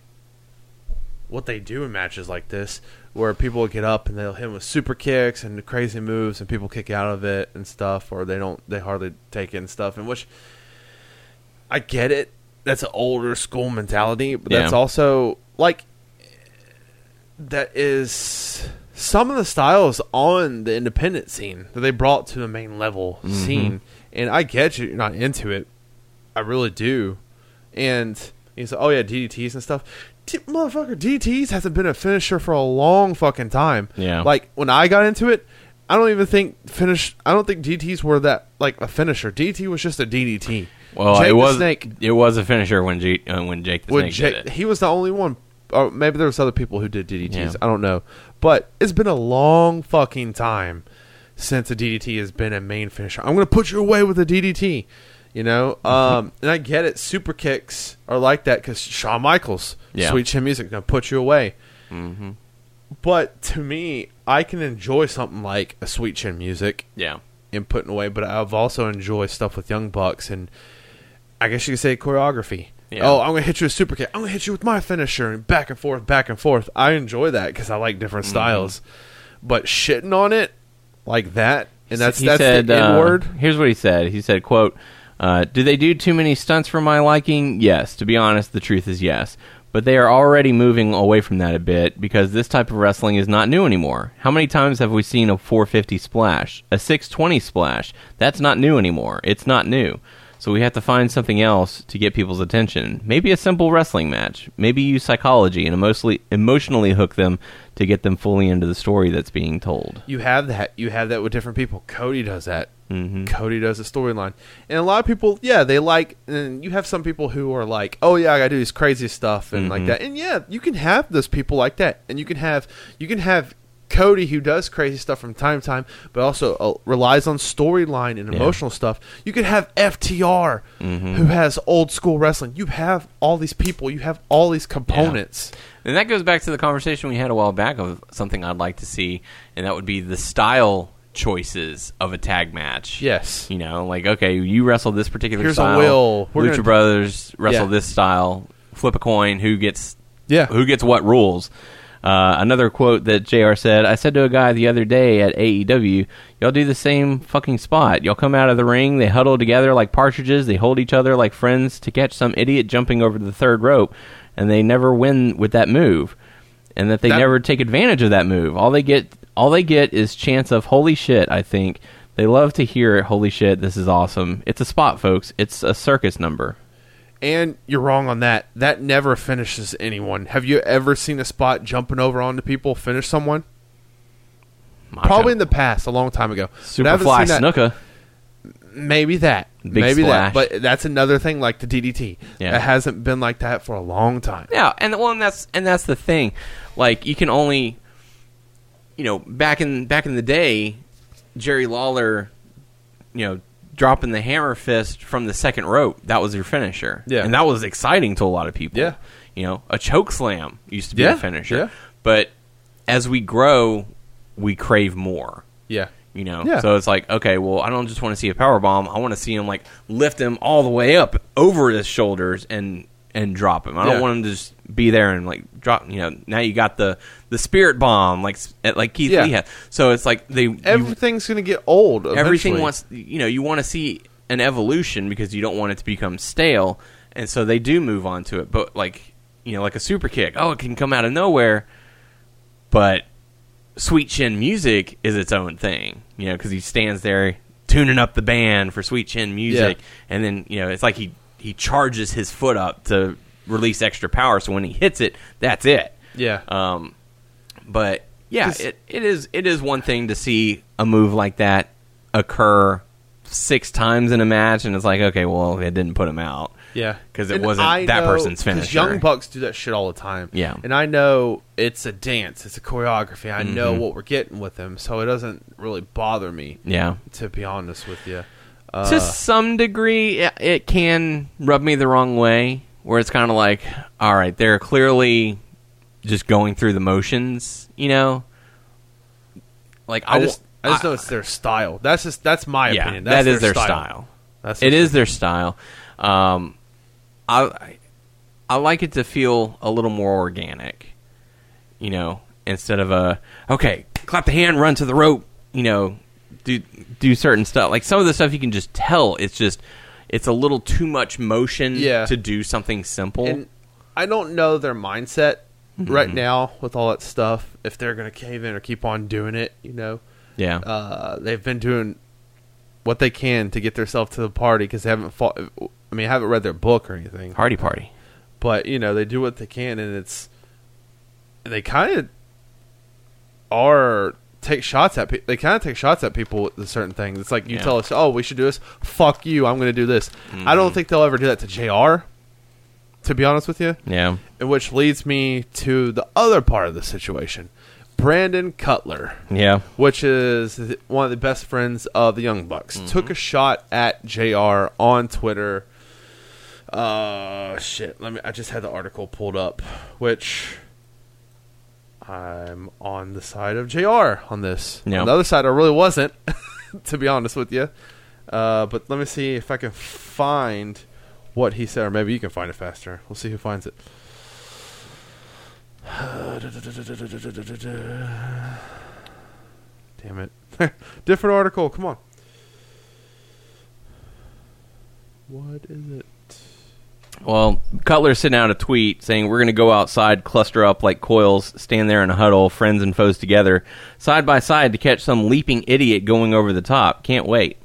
what they do in matches like this, where people will get up and they'll hit him with super kicks and crazy moves, and people kick out of it and stuff, or they don't, they hardly take it and stuff. And which I get it. That's an older school mentality, but that's
Yeah.
also like that is some of the styles on the independent scene that they brought to the main level
Mm-hmm.
scene. And I get you, you're not into it. I really do. And he's like, oh yeah, DDTs and stuff. D- motherfucker, DDTs hasn't been a finisher for a long fucking time.
Yeah.
Like when I got into it, I don't even think finish. I don't think DDTs were that like a finisher. DDT was just a DDT.
well,
Jake
it
the
was
Snake.
it was a finisher when G, uh, when Jake the
When
Snake
Jake,
did it.
he was the only one. Or maybe there was other people who did DDTs.
Yeah.
I don't know, but it's been a long fucking time since a DDT has been a main finisher. I'm gonna put you away with a DDT, you know. Um, and I get it. Super kicks are like that because Shawn Michaels,
Yeah. Mm-hmm.
Sweet Chin Music, gonna put you away. But to me, I can enjoy something like a Sweet Chin Music
Yeah,
and putting away, but I've also enjoyed stuff with Young Bucks and I guess you could say choreography.
Yeah.
Oh, I'm gonna hit you with super kick. I'm gonna hit you with my finisher, and back and forth, back and forth. I enjoy that because I like
Mm-hmm.
different styles. But shitting on it like that, and that's
He
that's
said,
the N
uh,
word.
here's what he said. He said, "quote uh, Do they do too many stunts for my liking? Yes. To be honest, the truth is yes." But they are already moving away from that a bit because this type of wrestling is not new anymore. How many times have we seen a 450 splash, a 620 splash? That's not new anymore. It's not new. So we have to find something else to get people's attention. Maybe a simple wrestling match. Maybe use psychology and emotionally emotionally hook them to get them fully into the story that's being told.
You have that. You have that with different people. Cody does that. Cody does the storyline, and a lot of people, yeah, they like. And you have some people who are like, "Oh yeah, I gotta do this crazy stuff and like that." And yeah, you can have those people like that, and you can have you can have Cody who does crazy stuff from time to time, but also uh, relies on storyline and emotional stuff. You can have FTR who has old school wrestling. You have all these people. You have all these components.
And that goes back to the conversation we had a while back of something I'd like to see, and that would be the style choices of a tag match.
Yes.
You know, like, okay, you wrestle this particular
Here's a
style.
will. We're
Lucha
gonna-
Brothers wrestle
Yeah.
this style. Flip a coin. Who gets
Yeah.
who gets what rules. Uh, another quote that JR said I said to a guy the other day at AEW, y'all do the same fucking spot. Y'all come out of the ring, they huddle together like partridges, they hold each other like friends to catch some idiot jumping over the third rope, and they never win with that move. And that they
That-
never take advantage of that move. All they get all they get is chance of holy shit, I think. They love to hear it, holy shit, this is awesome. It's a spot, folks. It's a circus number.
And you're wrong on that. That never finishes anyone. Have you ever seen a spot jumping over onto people finish someone? Probably in the past, a long time ago. But I haven't
Superfly
seen that.
Snooka.
Maybe that.
Big
Maybe
splash.
that. But that's another thing like the DDT.
Yeah.
It hasn't been like that for a long time.
Yeah, and well, and that's and that's the thing. Like you can only, you know, back in back in the day, Jerry Lawler, you know, dropping the hammer fist from the second rope that was your finisher.
Yeah.
and that was exciting to a lot of people.
Yeah.
you know, a choke slam used to be
Yeah,
a finisher.
yeah.
But as we grow, we crave more.
Yeah.
You know,
Yeah.
so it's like okay, well, I don't just want to see a power bomb. I want to see him like lift him all the way up over his shoulders and and drop him. I don't
Yeah.
want him to just be there and like drop. You know, now you got the the spirit bomb like s- at- like Keith
Yeah.
Lee had. So it's like they you-
Everything's going to get old.
everything
eventually.
wants you know you want to see an evolution because you don't want it to become stale, and so they do move on to it. But like you know, like a super kick, oh, it can come out of nowhere, but Sweet Chin Music is its own thing, you know, because he stands there tuning up the band for Sweet Chin Music, and then you know it's like he he charges his foot up to release extra power. So when he hits it, that's it.
Yeah.
Um, but yeah,
This-
it, it is it is one thing to see a move like that occur six times in a match, and it's like, okay, well, it didn't put him out.
Yeah,
'Cause it
And
wasn't that
know-
person's
'cause
finisher.
Young bucks do that shit all the time.
Yeah.
and I know it's a dance, it's a choreography. I know
Mm-hmm.
what we're getting with them, so it doesn't really bother me.
Yeah.
to be honest with you. Uh,
to some degree, it, it can rub me the wrong way, where it's kind of like, all right, they're clearly just going through the motions, you know. Like I,
I just, I just
I-
know it's their style. That's just that's my
yeah,
opinion.
that
That's
is their style.
That's
It is their style. Um, I I- I like it to feel a little more organic, you know, instead of a okay, clap the hand, run to the rope, you know, do do certain stuff. Like some of the stuff you can just tell it's just it's a little too much motion
Yeah.
to do something simple.
And I don't know their mindset
Mm-hmm.
right now with all that stuff. If they're gonna cave in or keep on doing it, you know,
yeah.
uh, they've been doing what they can to get themselves to the party because they haven't fought. I mean, I haven't read their book or anything,
Hardy party.
but you know, they do what they can, and it's they kind of are take shots at pe- they kind of take shots at people with certain things. It's like you
Yeah.
tell us, "Oh, we should do this." Fuck you, I'm going to do this. I don't think they'll ever do that to Jr. To be honest with you,
Yeah.
and which leads me to the other part of the situation, Brandon Cutler
Yeah.
which is th- one of the best friends of the Young Bucks, took a shot at JR on Twitter. Uh, shit. Let me. I just had the article pulled up, which I'm on the side of JR on this.
Yeah.
On the other side, I really wasn't, to be honest with you. Uh, but let me see if I can find what he said, or maybe you can find it faster. We'll see who finds it. Damn it. Different article. Come on. What is it?
Well, Cutler sent out a tweet saying, We're going to go outside, cluster up like coils, stand there in a huddle, friends and foes together, side by side to catch some leaping idiot going over the top. Can't wait.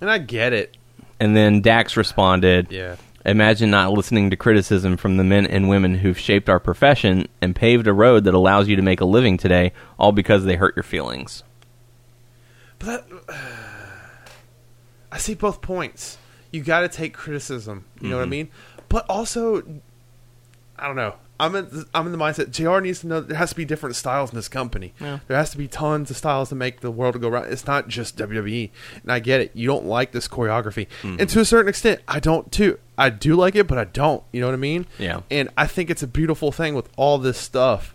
And I get it.
And then Dax responded,
Yeah.
Imagine not listening to criticism from the men and women who've shaped our profession and paved a road that allows you to make a living today, all because they hurt your feelings.
But that, I see both points. You got to take criticism. You know what I mean? But also, I don't know. I'm in, I'm in the mindset. Jr. needs to know there has to be different styles in this company. There has to be tons of styles to make the world go round. It's not just WWE. And I get it. You don't like this choreography, and to a certain extent, I don't too. I do like it, but I don't. You know what I mean?
Yeah.
And I think it's a beautiful thing with all this stuff.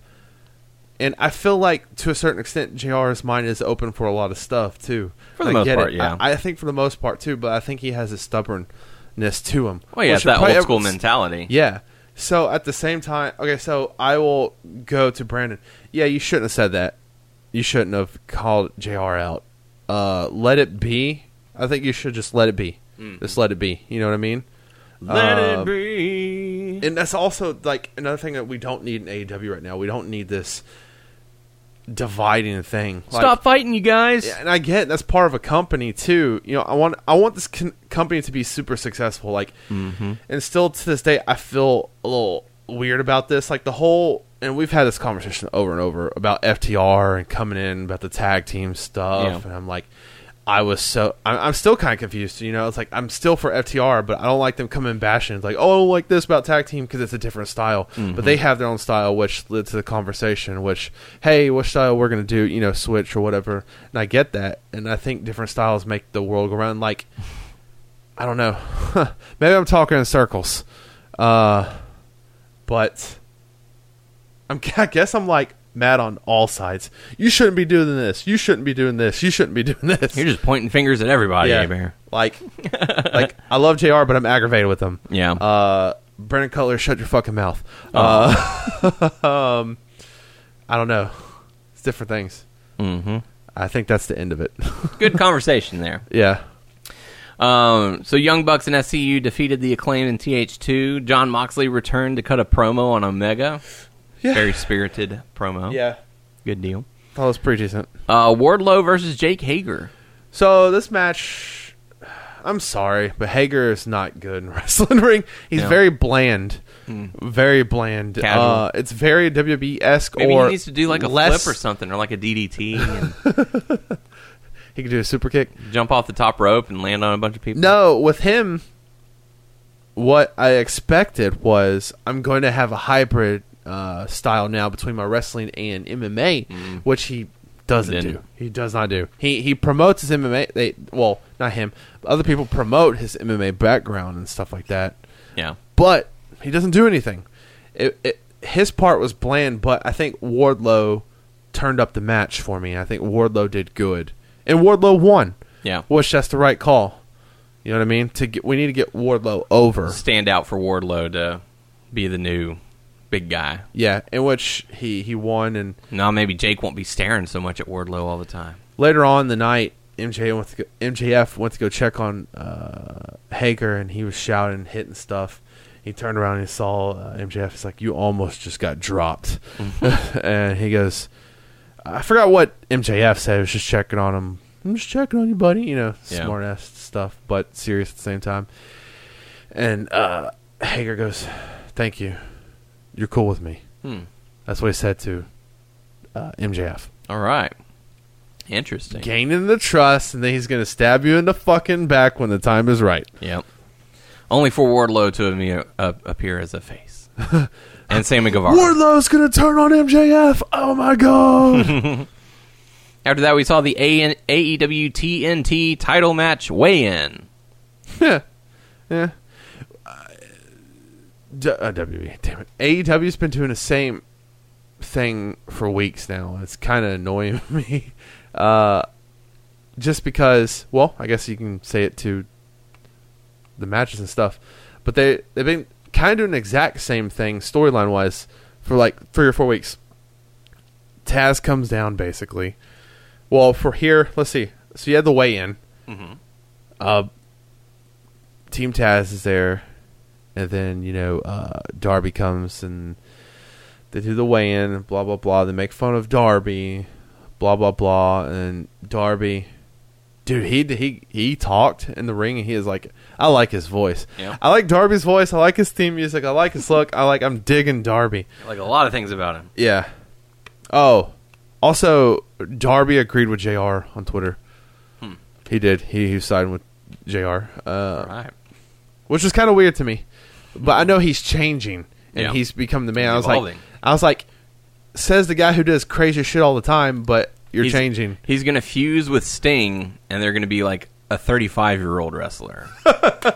And I feel like, to a certain extent, JR's mind is open for a lot of stuff too.
For the
I
most
get
part,
it.
yeah.
I, I think for the most part too, but I think he has a stubbornness to him.
Well, yeah,
Which
it's that
probably
old school
ever-
mentality.
Yeah. So at the same time, okay, so I will go to Brandon. Yeah, you shouldn't have said that. You shouldn't have called Jr. out. Uh, let it be. I think you should just let it be. Just let it be. You know what I mean?
Mm. Let
Um,
it be.
and that's also like another thing that we don't need in AEW right now. We don't need this dividing thing. Like-
Stop fighting, you guys.
yeah, and I get that's part of a company too. You know, I want I want this con- company to be super successful. Like, and still to this day, I feel a little weird about this. Like the whole, and we've had this conversation over and over about FTR and coming in about the tag team stuff.
Yeah.
And I'm like, I was so I'm, I'm still kind of confused. You know, it's like I'm still for FTR, but I don't like them coming bashing. It's like, oh, I don't like this about tag team because it's a different style. But they have their own style, which led to the conversation. Which, hey, what style we're gonna do? You know, switch or whatever. And I get that, and I think different styles make the world go round. Like, I don't know. Maybe I'm talking in circles. Uh, but I'm, I guess I'm like mad on all sides. You shouldn't be doing this. You shouldn't be doing this. You shouldn't be doing this.
You're just pointing fingers at everybody,
Yeah.
Bear.
Like, like I love Jr. But I'm aggravated with him.
Yeah.
Uh, Brennan Cutler, shut your fucking mouth.
Oh.
Uh, um, I don't know. It's different things.
mm-hmm.
I think that's the end of it.
Good conversation there.
yeah.
Um, so Young Bucks and SCU defeated the Acclaim in TH2. John Moxley returned to cut a promo on Omega.
Yeah.
Very spirited promo.
Yeah.
Good deal.
That was pretty decent.
Uh, Wardlow versus Jake Hager.
So this match, I'm sorry, but Hager is not good in wrestling ring. He's
No. Hmm.
very bland. very bland.
Casual.
Uh, it's very WWE esque,
Maybe
or
he needs to do like a
less-
flip or something, or like a DDT, and
he could do a super kick.
jump off the top rope and land on a bunch of people.
No, with him, what I expected was I'm going to have a hybrid uh, style now between my wrestling and MMA, which he doesn't
Hmm. Didn't.
do. He does not do. He he promotes his MMA. They well, not him. Other people promote his MMA background and stuff like that,
yeah,
but he doesn't do anything. It, it, his part was bland, but I think Wardlow turned up the match for me. I think Wardlow did good, and Wardlow won
yeah.
which that's the right call. You know what I mean? To get, we need to get Wardlow over.
Stand out for Wardlow to be the new big guy.
Yeah, in which he he won, and
Now maybe Jake won't be staring so much at Wardlow all the time.
later on in the night, MJ went to go, MJF went to go check on uh, Hager, and he was shouting, hitting stuff. He turned around and he saw uh, MJF. He's like, "You almost just got dropped,"
Mm-hmm.
and he goes, "I forgot what MJF said. I was just checking on him. I'm just checking on you, buddy. You know,
Yeah.
smart ass stuff, but serious at the same time." And uh, Hager goes, "Thank you. You're cool with me."
Hmm.
That's what he said to uh, MJF
All right, interesting.
gaining the trust, and then he's gonna stab you in the fucking back when the time is right.
Yep. Only for Wardlow to ame- uh, appear as a face, and Sammy Guevara.
Wardlow's gonna turn on MJF. Oh my god!
After that, we saw the AN- AEW TNT title match weigh-in.
yeah, yeah. Uh, D- uh, WWE, damn it. AEW's been doing the same thing for weeks now. It's kind of annoying me. Uh, just because, well, I guess you can say it to the matches and stuff, but they they've been kind of doing the exact same thing storyline wise for like three or four weeks. Taz comes down basically. Well, for here, let's see. So you had the weigh in. Uh, Team Taz is there, and then you know uh, Darby comes and they do the weigh in. Blah blah blah. They make fun of Darby. Blah blah blah. And Darby, dude, he he he talked in the ring, and he is like, I like his voice.
Yeah.
I like Darby's voice. I like his theme music. I like his look. I like. I'm digging Darby.
Like a lot of things about him.
Yeah. Oh, also, Darby agreed with Jr. on Twitter.
Hmm.
He did. He, he signed with Jr. Uh,
All right.
which was kind of weird to me. But I know he's changing and
Yeah.
he's become the man.
He's
I was like,
evolving.
I was like, says the guy who does crazy shit all the time, but you're
He's-
changing.
He's going to fuse with Sting, and they're going to be like a 35 year old wrestler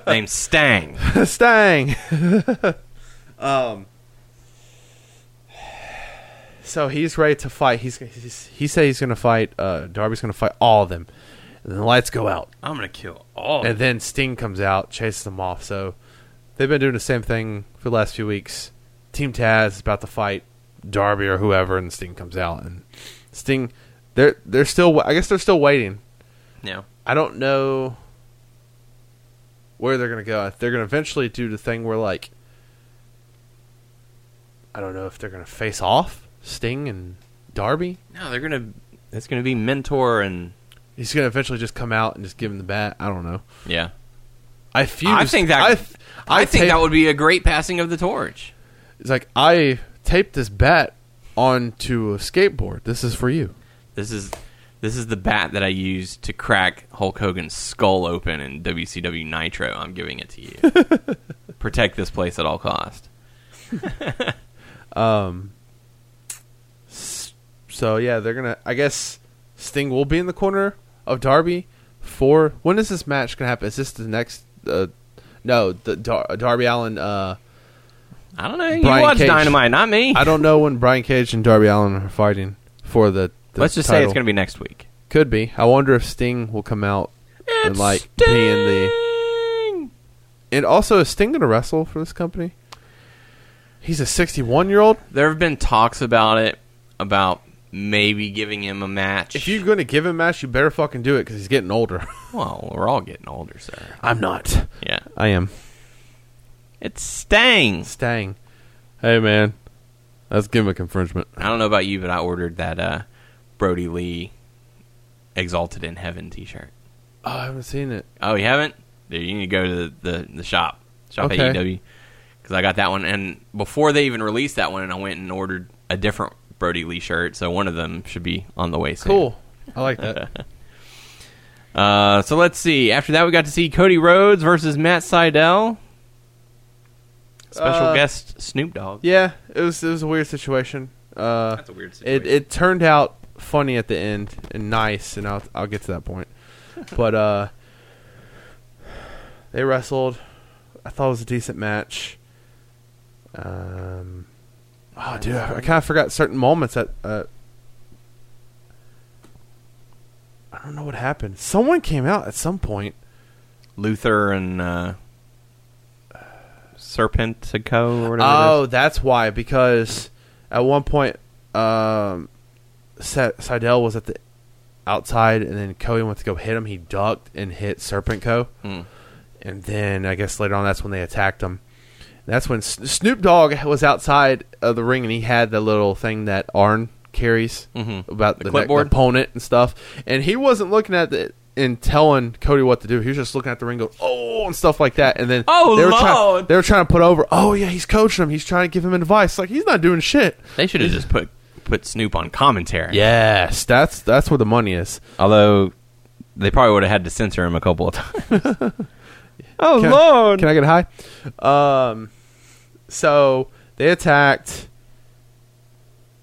named Stang.
Stang. um. So he's ready to fight. He's, he's he said he's going to fight. Uh, Darby's going to fight all of them. And the lights go out.
I'm going to kill all.
and then Sting comes out, chases them off. So they've been doing the same thing for the last few weeks. Team Taz is about to fight Darby or whoever, and Sting comes out, and Sting, they're they're still, I guess they're still waiting.
yeah.
I don't know where they're gonna go. They're gonna eventually do the thing where like, I don't know if they're gonna face off Sting and Darby.
No, they're going to. It's going to be Mentor and.
He's gonna eventually just come out and just give him the bat. I don't know.
Yeah.
I feel.
I think that.
I,
I,
I
think
take-
that would be a great passing of the torch.
It's like I taped this bat onto a skateboard. This is for you.
This is this is the bat that I used to crack Hulk Hogan's skull open in WCW Nitro. I'm giving it to you. Protect this place at all cost.
So yeah, they're gonna. I guess Sting will be in the corner of Darby for when is this match gonna happen? Is this the next? Uh, no, the Dar- Darby Allen. Uh,
I don't know. You
Brian
watch
Cage.
Dynamite, not me.
I don't know when Brian Cage and Darby Allen are fighting for the. the
Let's just say it's going to be next week.
be. Could be. I wonder if Sting will come out and like be in the. And also, is Sting gonna wrestle for this company? He's a sixty-one-year-old.
There have been talks about it, about maybe giving him a match.
If you're going to give him a match, you better fucking do it because he's getting older.
well, we're all getting older, sir.
I'm not.
Yeah,
I am.
it's Stang.
Stang. Hey, man. That's gimmick infringement.
I don't know about you, but I ordered that uh, Brody Lee Exalted in Heaven T-shirt.
Oh, I haven't seen it.
Oh, you haven't? Dude, you need to go to the, the, the shop. Shop
Okay.
at UW. because I got that one. And before they even released that one, and I went and ordered a different Brody Lee shirt. So one of them should be on the way soon.
Cool. I like that.
Uh, so let's see. After that, we got to see Cody Rhodes versus Matt Seidel. Special
Uh,
guest Snoop Dogg.
yeah, it was it was a weird situation. Uh,
That's a weird
it
situation.
it turned out funny at the end and nice, and I'll I'll get to that point. But uh, they wrestled. I thought it was a decent match. Um, oh, dude, I, I kind of forgot certain moments that. Uh, I don't know what happened. Someone came out at some point.
Luther and uh, Serpentico or whatever.
Oh,
it is.
that's why. Because at one point, um, Se- Seidel was at the outside, and then Cody went to go hit him. He ducked and hit Serpent Co.
Mm.
And then I guess later on, that's when they attacked him. That's when Sn- Snoop Dogg was outside of the ring, and he had the little thing that Arn carries
Mhm.
about
The
the, ne-
clipboard?
opponent and stuff. And he wasn't looking at it and telling Cody what to do. He was just looking at the ring, going, "Oh," and stuff like that. And then
Oh,
they were trying-
Lord.
they were trying to put over. Oh yeah, he's coaching him. He's trying to give him advice. Like he's not doing shit.
They should have just put put Snoop on commentary.
Yes, that's that's where the money is.
Although they probably would have had to censor him a couple of times. oh
Can I-
lord!
Can I get high? Um, so they attacked.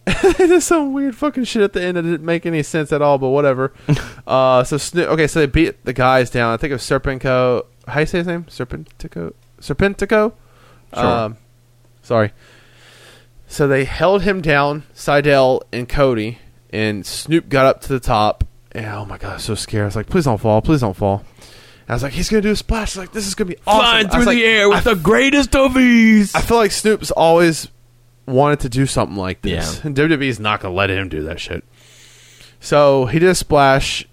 There's some weird fucking shit at the end that didn't make any sense at all, but whatever. uh, so Snoop. Okay, so they beat the guys down. I think it was Serpentico. How you say his name? Serpentico. Serpentico.
Sure.
Um, sorry. So they held him down, Seidel and Cody, and Snoop got up to the top. And, oh my god, I was so scared. I was like, please don't fall, please don't fall. I was like, he's gonna do a splash. I was like, this is gonna be awesome. I was like, I
the greatest of ease.
I feel like Snoop's always wanted to do something like this.
Yeah.
And WWE's not going to let him do that shit. So he did a splash.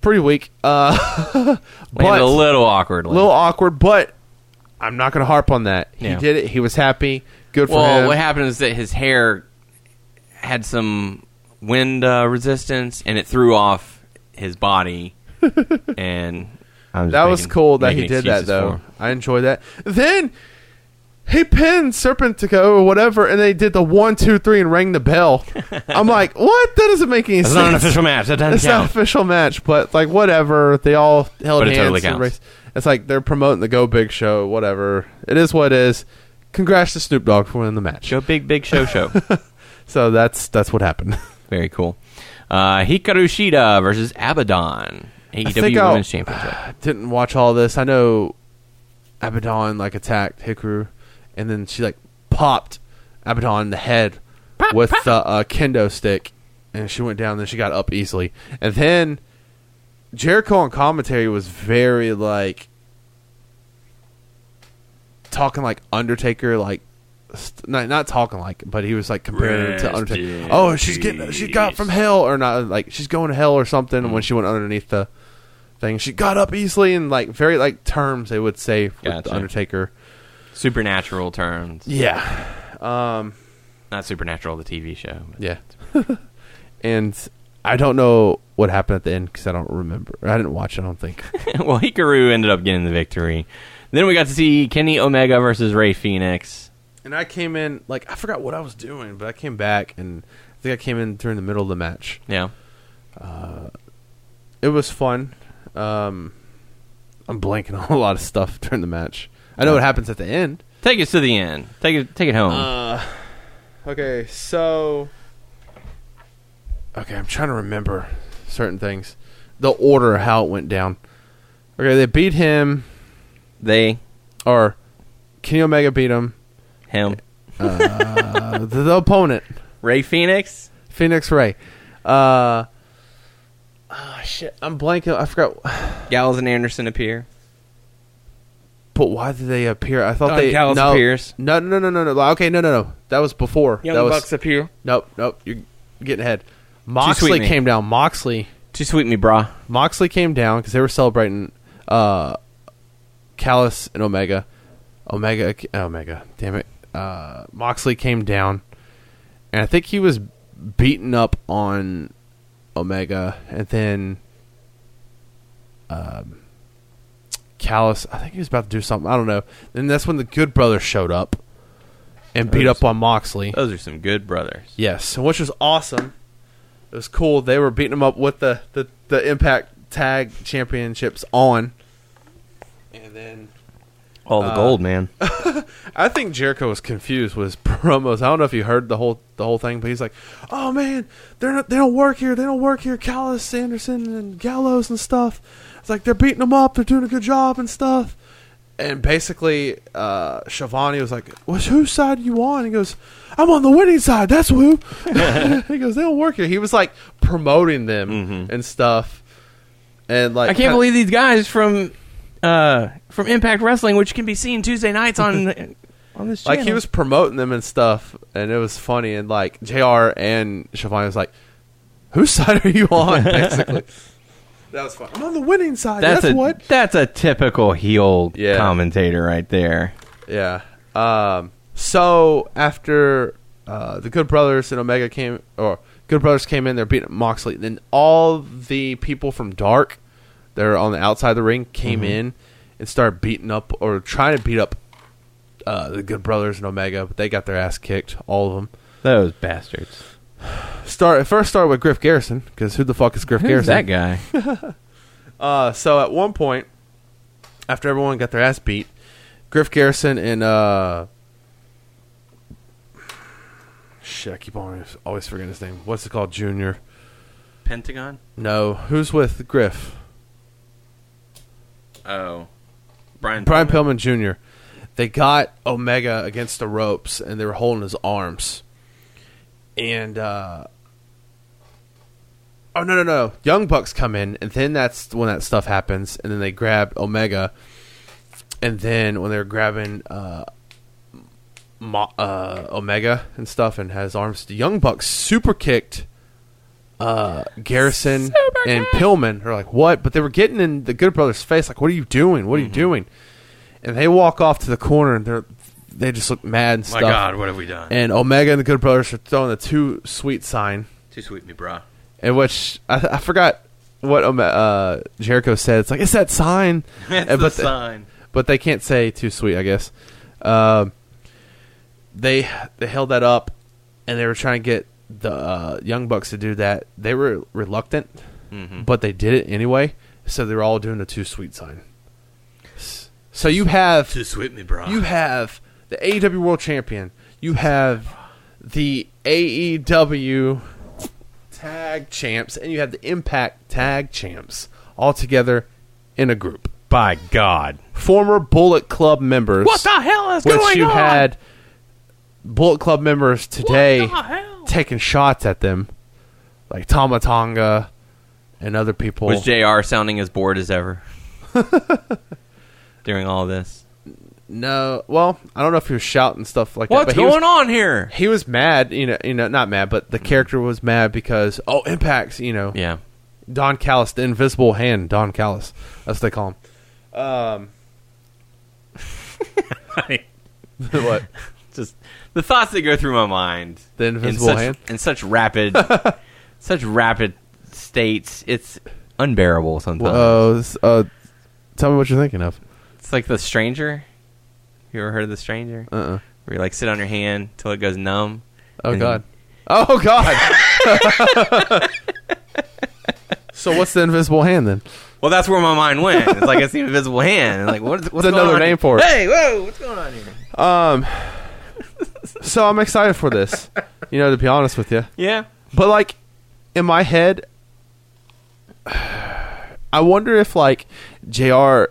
Pretty weak. Uh, but
a
a little,
little awkwardly.
awkward, but I'm not going to harp on that. He
Yeah.
did it. He was happy. Good for
well,
him.
what happened is that his hair had some wind uh, resistance, and it threw off his body. and I was
that
making-
was cool that he
making
did that,
excuses for
though.
him.
I enjoyed that. Then he pinned Serpentico or whatever, and they did the one, two, three, and rang the bell. I'm like, what? That doesn't make any
That's
sense.
not an official match. That doesn't
It's not an
count.
official match, but like whatever. They all held
But it
hands.
totally
and
counts.
raced- It's like they're promoting the Go Big Show. Whatever. It is what it is. Congrats to Snoop Dogg for winning the match.
Show big, big show, show.
So that's that's what happened.
Very cool. Uh, Hikaru Shida versus Abaddon, AEW
think I'll-
Women's Championship.
Didn't watch all this. I know Abaddon like attacked Hikaru, and then she like popped Abaddon in the head with the uh, kendo stick, and she went down. Then she got up easily, and then Jericho on commentary was very like talking like Undertaker, like st- not not talking like, but he was like comparing it to Undertaker. Oh, she's getting she got from hell or not like she's going to hell or something. When she went underneath the thing, she got up easily and like very like terms they would say with
Gotcha.
the Undertaker.
Supernatural terms.
Yeah,
Not Supernatural, the TV show. but-
yeah. and I don't know what happened at the end because I don't remember. I didn't watch. I don't think.
well, Hikaru ended up getting the victory. Then we got to see Kenny Omega versus Ray Phoenix.
And I came in like I forgot what I was doing, but I came back and I think I came in during the middle of the match.
Yeah.
It was fun. Um, I'm blanking on a lot of stuff during the match. I know what happens at the end.
Take us to the end. Take it take it home.
Okay, so okay, I'm trying to remember certain things, the order of how it went down. Okay, they beat him,
they
or Kenny Omega beat him.
him.
Uh, the, the opponent,
Ray Phoenix?
Phoenix Ray. Uh, ah, shit, I'm blanking. I forgot.
Gallows and Anderson appear.
But why did they appear? I thought
Don
they
Oh, Callis
no,
appears.
no no no no no. Like, Okay, no no no. That was before.
Young
that was,
Bucks appear.
Nope nope. You're getting ahead. Moxley
me.
came down. Moxley
Too sweet me, brah.
Moxley came down because they were celebrating uh, Callus and Omega. Omega Omega. Damn it. Uh, Moxley came down, and I think he was beaten up on Omega, and then um, Callus. I think he was about to do something. I don't know. And that's when the Good Brothers showed up and beat up on Moxley.
Those are some good brothers.
Yes, and which was awesome. It was cool. They were beating him up with the, the, the Impact Tag Championships on. And then
All the gold, man.
I think Jericho was confused with his promos. I don't know if you heard the whole the whole thing, but he's like, "Oh man, they're not, they don't work here. They don't work here. Callis, Sanderson, and Gallows and stuff. It's like they're beating them up. They're doing a good job and stuff." And basically, uh, Shivani was like, "Was whose side you on?" He goes, "I'm on the winning side. That's who." he goes, "They don't work here." He was like promoting them and stuff, and like
I can't believe these guys from uh, from Impact Wrestling, which can be seen Tuesday nights on on this channel.
like he was promoting them and stuff, and it was funny. And like Jr. and Shavon was like, "Whose side are you on?" Basically, that was fun. I'm on the winning side. That's,
that's, a
what.
that's a typical heel
Yeah.
commentator right there.
Yeah. Um. So after uh, the Good Brothers and Omega came, or Good Brothers came in, they're beating Moxley. Then all the people from Dark, they're on the outside of the ring, came
Mm-hmm.
in and started beating up or trying to beat up uh, the Good Brothers and Omega, but they got their ass kicked, all of them.
Those bastards.
start first start with Griff Garrison because who the fuck is Griff
Who's that
Garrison?
guy?
Uh, so at one point, after everyone got their ass beat, Griff Garrison and uh, shit, I keep on always forgetting his name. What's it called, Junior?
Pentagon.
No, who's with Griff?
Oh, Brian.
Brian Pillman Jr. They got Omega against the ropes and they were holding his arms. And uh Oh no no no. Young Bucks come in and then that's when that stuff happens and then they grab Omega and then when they're grabbing uh Mo- uh, Omega and stuff and has arms. The Young Bucks super kicked uh, Garrison and Pillman. Are like what? But they were getting in the Good Brothers' face. Like, what are you doing? What are
Mm-hmm.
you doing? And they walk off to the corner and they're they just look mad and
My
stuff.
God, what have we done?
And Omega and the Good Brothers are throwing the two sweet sign,
Too sweet, me bra.
in which I, I forgot what Ome- uh, Jericho said. It's like it's that sign,
That's
Uh,
the
but the-
sign.
but they can't say too sweet, I guess. Um, they they held that up, and they were trying to get the uh, young bucks to do that. They were reluctant,
Mm-hmm.
but they did it anyway. So they were all doing the two sweet sign. S- So you have
Too sweet, me bra.
you have the AEW World Champion. You have the AEW Tag Champs, and you have the Impact Tag Champs all together in a group
By God.
former Bullet Club members.
What the hell is
which
going
you
on?
had Bullet Club members today taking shots at them, like Tama Tonga and other people.
Was Jr. sounding as bored as ever during all this?
no, well, I don't know if he was shouting stuff like
What's
that. but he was-
going on here?
He was mad, you know, you know, not mad, but the character was mad because oh, impacts, you know,
Mm-hmm. Yeah.
Don Callis, the invisible hand, Don Callis, that's what they call him. Um, what
just the thoughts that go through my mind
The invisible
in such,
hand?
in such rapid such rapid states it's unbearable sometimes
Uh, s- uh, tell me what you're thinking of.
it's like the stranger you ever heard of the stranger
Uh-uh.
where you like sit on your hand till it goes numb
Oh
And-
god. Oh god. so what's the invisible hand then?
well that's where my mind went it's like it's the invisible hand like what is, what's
It's
going
another
on
name
here?
for it. Um,
hey whoa what's going on here
So I'm excited for this. You know, to be honest with you.
yeah
But like in my head I wonder if like JR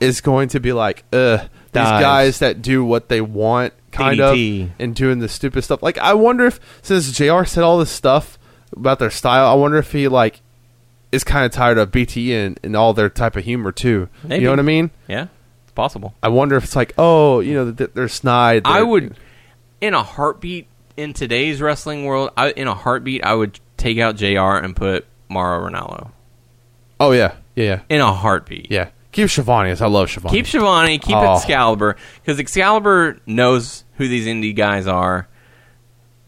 is going to be like, uh these
Dies.
guys that do what they want kind
DDT.
of and doing the stupid stuff. Like I wonder if since JR said all this stuff about their style, I wonder if he like is kind of tired of BT and, and all their type of humor too.
Maybe.
You know what I mean?
yeah it's possible
I wonder if it's like, oh, you know, th- they're snide.
I
they're-
would, in a heartbeat, in today's wrestling world, I, in a heartbeat, I would take out Jr. and put Mauro Ronaldo
Oh yeah, yeah, yeah.
in a heartbeat.
yeah. Keep Shivanius. I love Shivanius.
Keep Shivani, keep
Oh.
Excalibur, because Excalibur knows who these indie guys are,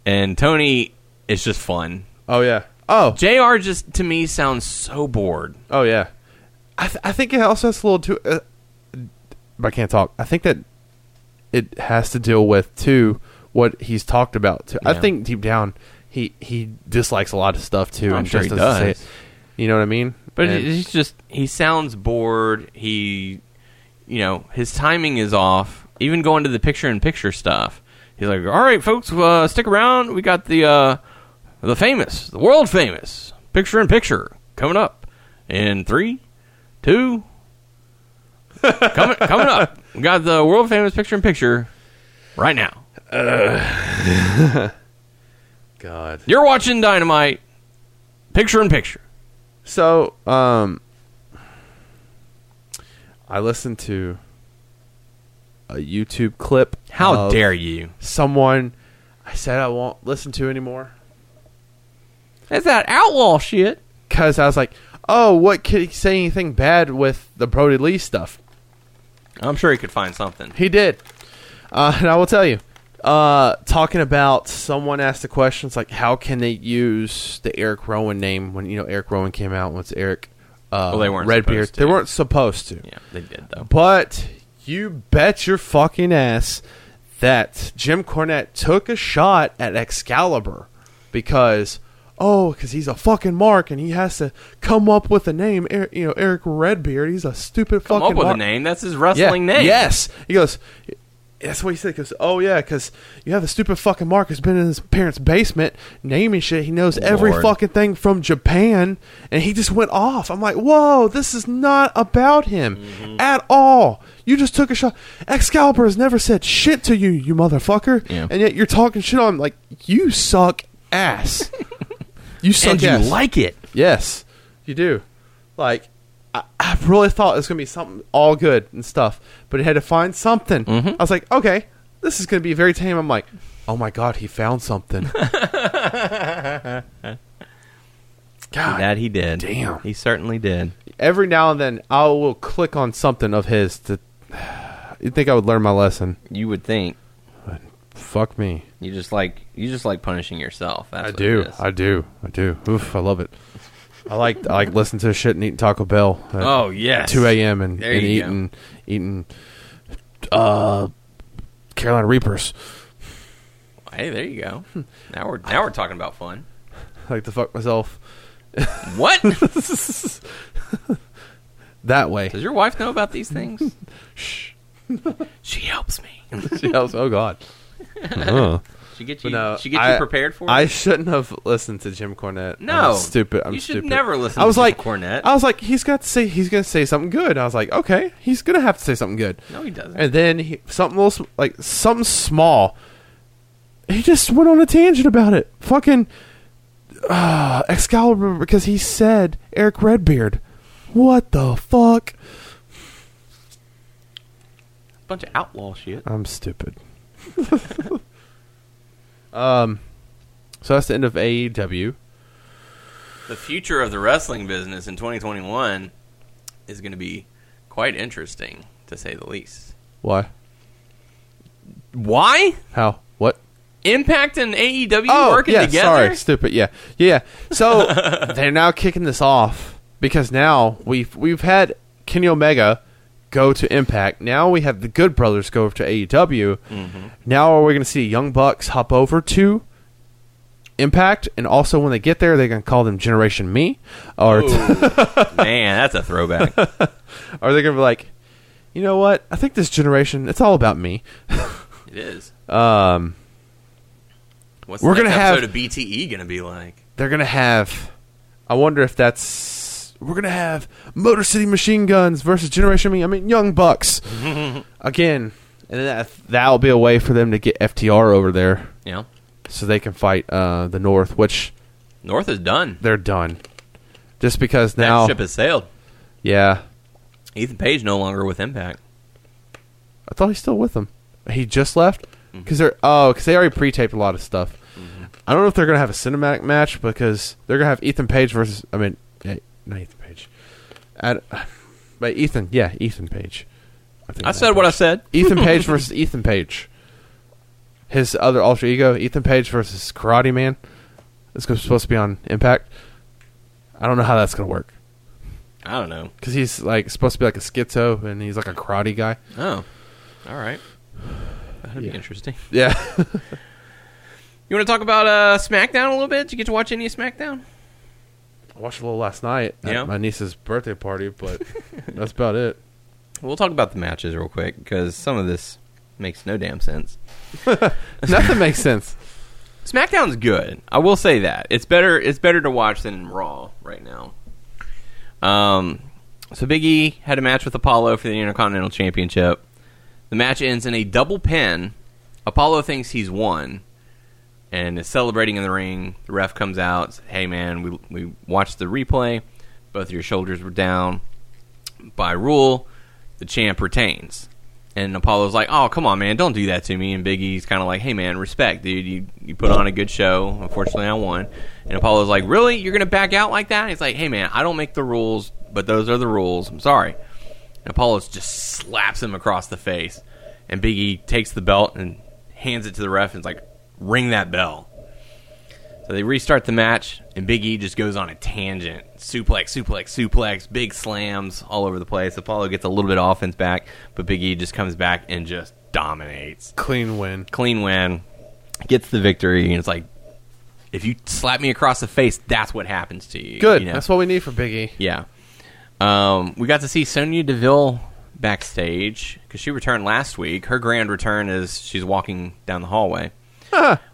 and Tony is just fun.
oh yeah. Oh
Jr. just to me sounds so bored.
oh yeah. I, th- I think it also has a little too. Uh, I can't talk. I think that it has to deal with too what he's talked about too. I
Yeah.
think deep down he he dislikes a lot of stuff too.
I'm
and
sure
just
he
doesn't say
does.
it. You know what I mean?
But
And-
he's just he sounds bored. He, you know, his timing is off. Even going to the picture in picture stuff, he's like, "All right, folks, uh, stick around. We got the uh, the famous, the world famous picture in picture coming up in three, two, coming coming up. We got the world famous picture in picture right now.
God.
You're watching Dynamite, picture in picture.
So, um, I listened to a YouTube clip.
How
of
dare you?
someone? I said I won't listen to anymore
That's that outlaw shit.
because I was like, "Oh, what could he say anything bad with the Brody Lee stuff?"
I'm sure he could find something.
He did, uh, and I will tell you. Uh, talking about someone asked the questions like, "How can they use the Eric Rowan name when you know Eric Rowan came out? Once Eric, uh,
Well, they weren't
Redbeard,
supposed to.
they weren't supposed to.
Yeah, they did though.
But you bet your fucking ass that Jim Cornette took a shot at Excalibur because oh, because he's a fucking mark and he has to come up with a name. Er, you know, Eric Redbeard. He's a stupid
Come
fucking
up with
mark.
a name. That's his wrestling
yeah.
name.
Yes, he goes. That's what he said. Because oh yeah, because you have a stupid fucking Mark who's been in his parents' basement naming shit. He knows every
Lord.
fucking thing from Japan, and he just went off. I'm like, whoa, this is not about him
Mm-hmm.
at all. You just took a shot. Excalibur has never said shit to you, you motherfucker,
Yeah.
and yet you're talking shit on him. Like you suck ass. you suck
and
ass.
you like it.
Yes, you do. Like, I, I really thought it was going to be something all good and stuff, but it had to find something.
Mm-hmm.
I was like, okay, this is going to be very tame. I'm like, oh my god, he found something. God,
That he did.
Damn.
he certainly did.
every now and then I will click on something of his to. You think I would learn my lesson?
You would think
Fuck me.
you just like you just like punishing yourself. That's
I
what
do.
it is.
I do. I do. Oof, I love it. I like I like listening to shit and eating Taco Bell.
oh yes.
2 a.m. and,
There
and
you go.
eating eating uh, Carolina Reapers.
Hey, there you go.
Hmm.
Now we're now we're talking about fun.
I like to fuck myself
What does
that way.
your wife know about these things? Shh. she helps me.
She helps- oh God. Uh,
She gets
but
you.
no,
she gets
I-
you prepared for.
I
it?
shouldn't have listened to Jim Cornette.
No.
I'm stupid. I'm
You should
stupid.
never listen
I was
to Jim
like
Cornette.
I was like, he's got to say he's gonna say something good. I was like, okay, he's gonna have to say something good.
No, he doesn't.
And then he, something little, sm- like something small. He just went on a tangent about it. Fucking uh, Excalibur because he said Eric Redbeard. What the fuck?
bunch of outlaw shit.
I'm stupid. um, so that's the end of E AEW.
The future of the wrestling business in 2021 is going to be quite interesting, to say the least.
Why?
Why?
How? What? Oh,
Impact and AEW working
yeah,
together.
sorry, stupid. Yeah, yeah. So they're now kicking this off because now we've we've had Kenny Omega go to Impact. Now we have the Good Brothers go over to AEW.
Mm-hmm.
Now are we going to see Young Bucks hop over to Impact? And also, when they get there, they're going to call them Generation Me, or
Man, that's a throwback.
are they going to be like, you know what? I think this generation, it's all about me.
it is.
Um,
What's
We're
the next
gonna have-
episode of BTE going to be like?
they're gonna have. I wonder if that's we're gonna have Motor City Machine Guns versus Generation Me. I mean, Young Bucks again, and then that that'll be a way for them to get FTR over there
Yeah.
so they can fight uh, the North, which
North is done.
they're done. Just because
That
now,
ship has sailed.
yeah,
Ethan Page no longer with Impact.
I thought he's still with them. He just left
Mm-hmm.
because they're oh because they already pre-taped a lot of stuff. I don't know if they're gonna have a cinematic match because they're gonna have Ethan Page versus I mean eh, not Ethan Page, Ad, but Ethan yeah Ethan Page. think
I
I'm
said
on
what I
Page.
said.
Ethan Page versus Ethan Page. His other alter ego Ethan Page versus Karate Man. It's supposed to be on Impact. I don't know how that's gonna work.
I don't know.
because he's like supposed to be like a schizo and he's like a karate guy.
Oh, all right. That'd
Yeah.
be interesting.
Yeah,
You want to talk about uh, SmackDown a little bit? Did you get to watch any of SmackDown?
I watched a little last night at
Yeah.
my niece's birthday party, but that's about it.
We'll talk about the matches real quick because some of this makes no damn sense.
Nothing makes sense.
SmackDown's good. I will say that it's better. It's better to watch than Raw right now. Um, so Big E had a match with Apollo for the Intercontinental Championship. The match ends in a double pin. Apollo thinks he's won and is celebrating in the ring. The ref comes out. Says, hey man, we we watched the replay. Both of your shoulders were down. By rule, the champ retains. And Apollo's like, "Oh, come on, man, don't do that to me." And Big E's kind of like, "Hey, man, respect, dude. You you put on a good show. Unfortunately, I won." And Apollo's like, "Really? You're gonna back out like that?" And he's like, "Hey, man, I don't make the rules, but those are the rules. I'm sorry." And Apollo just slaps him across the face, and Big E takes the belt and hands it to the ref and is like, "Ring that bell." So they restart the match, and Big E just goes on a tangent. Suplex, suplex, suplex, big slams all over the place. Apollo gets a little bit of offense back, but Big E just comes back and just dominates.
Clean win.
Clean win, gets the victory, and it's like, if you slap me across the face, that's what happens to you.
Good.
you know?
That's what we need for Biggie.
Yeah. Um, we got to see Sonya Deville backstage because she returned last week. Her grand return is she's walking down the hallway.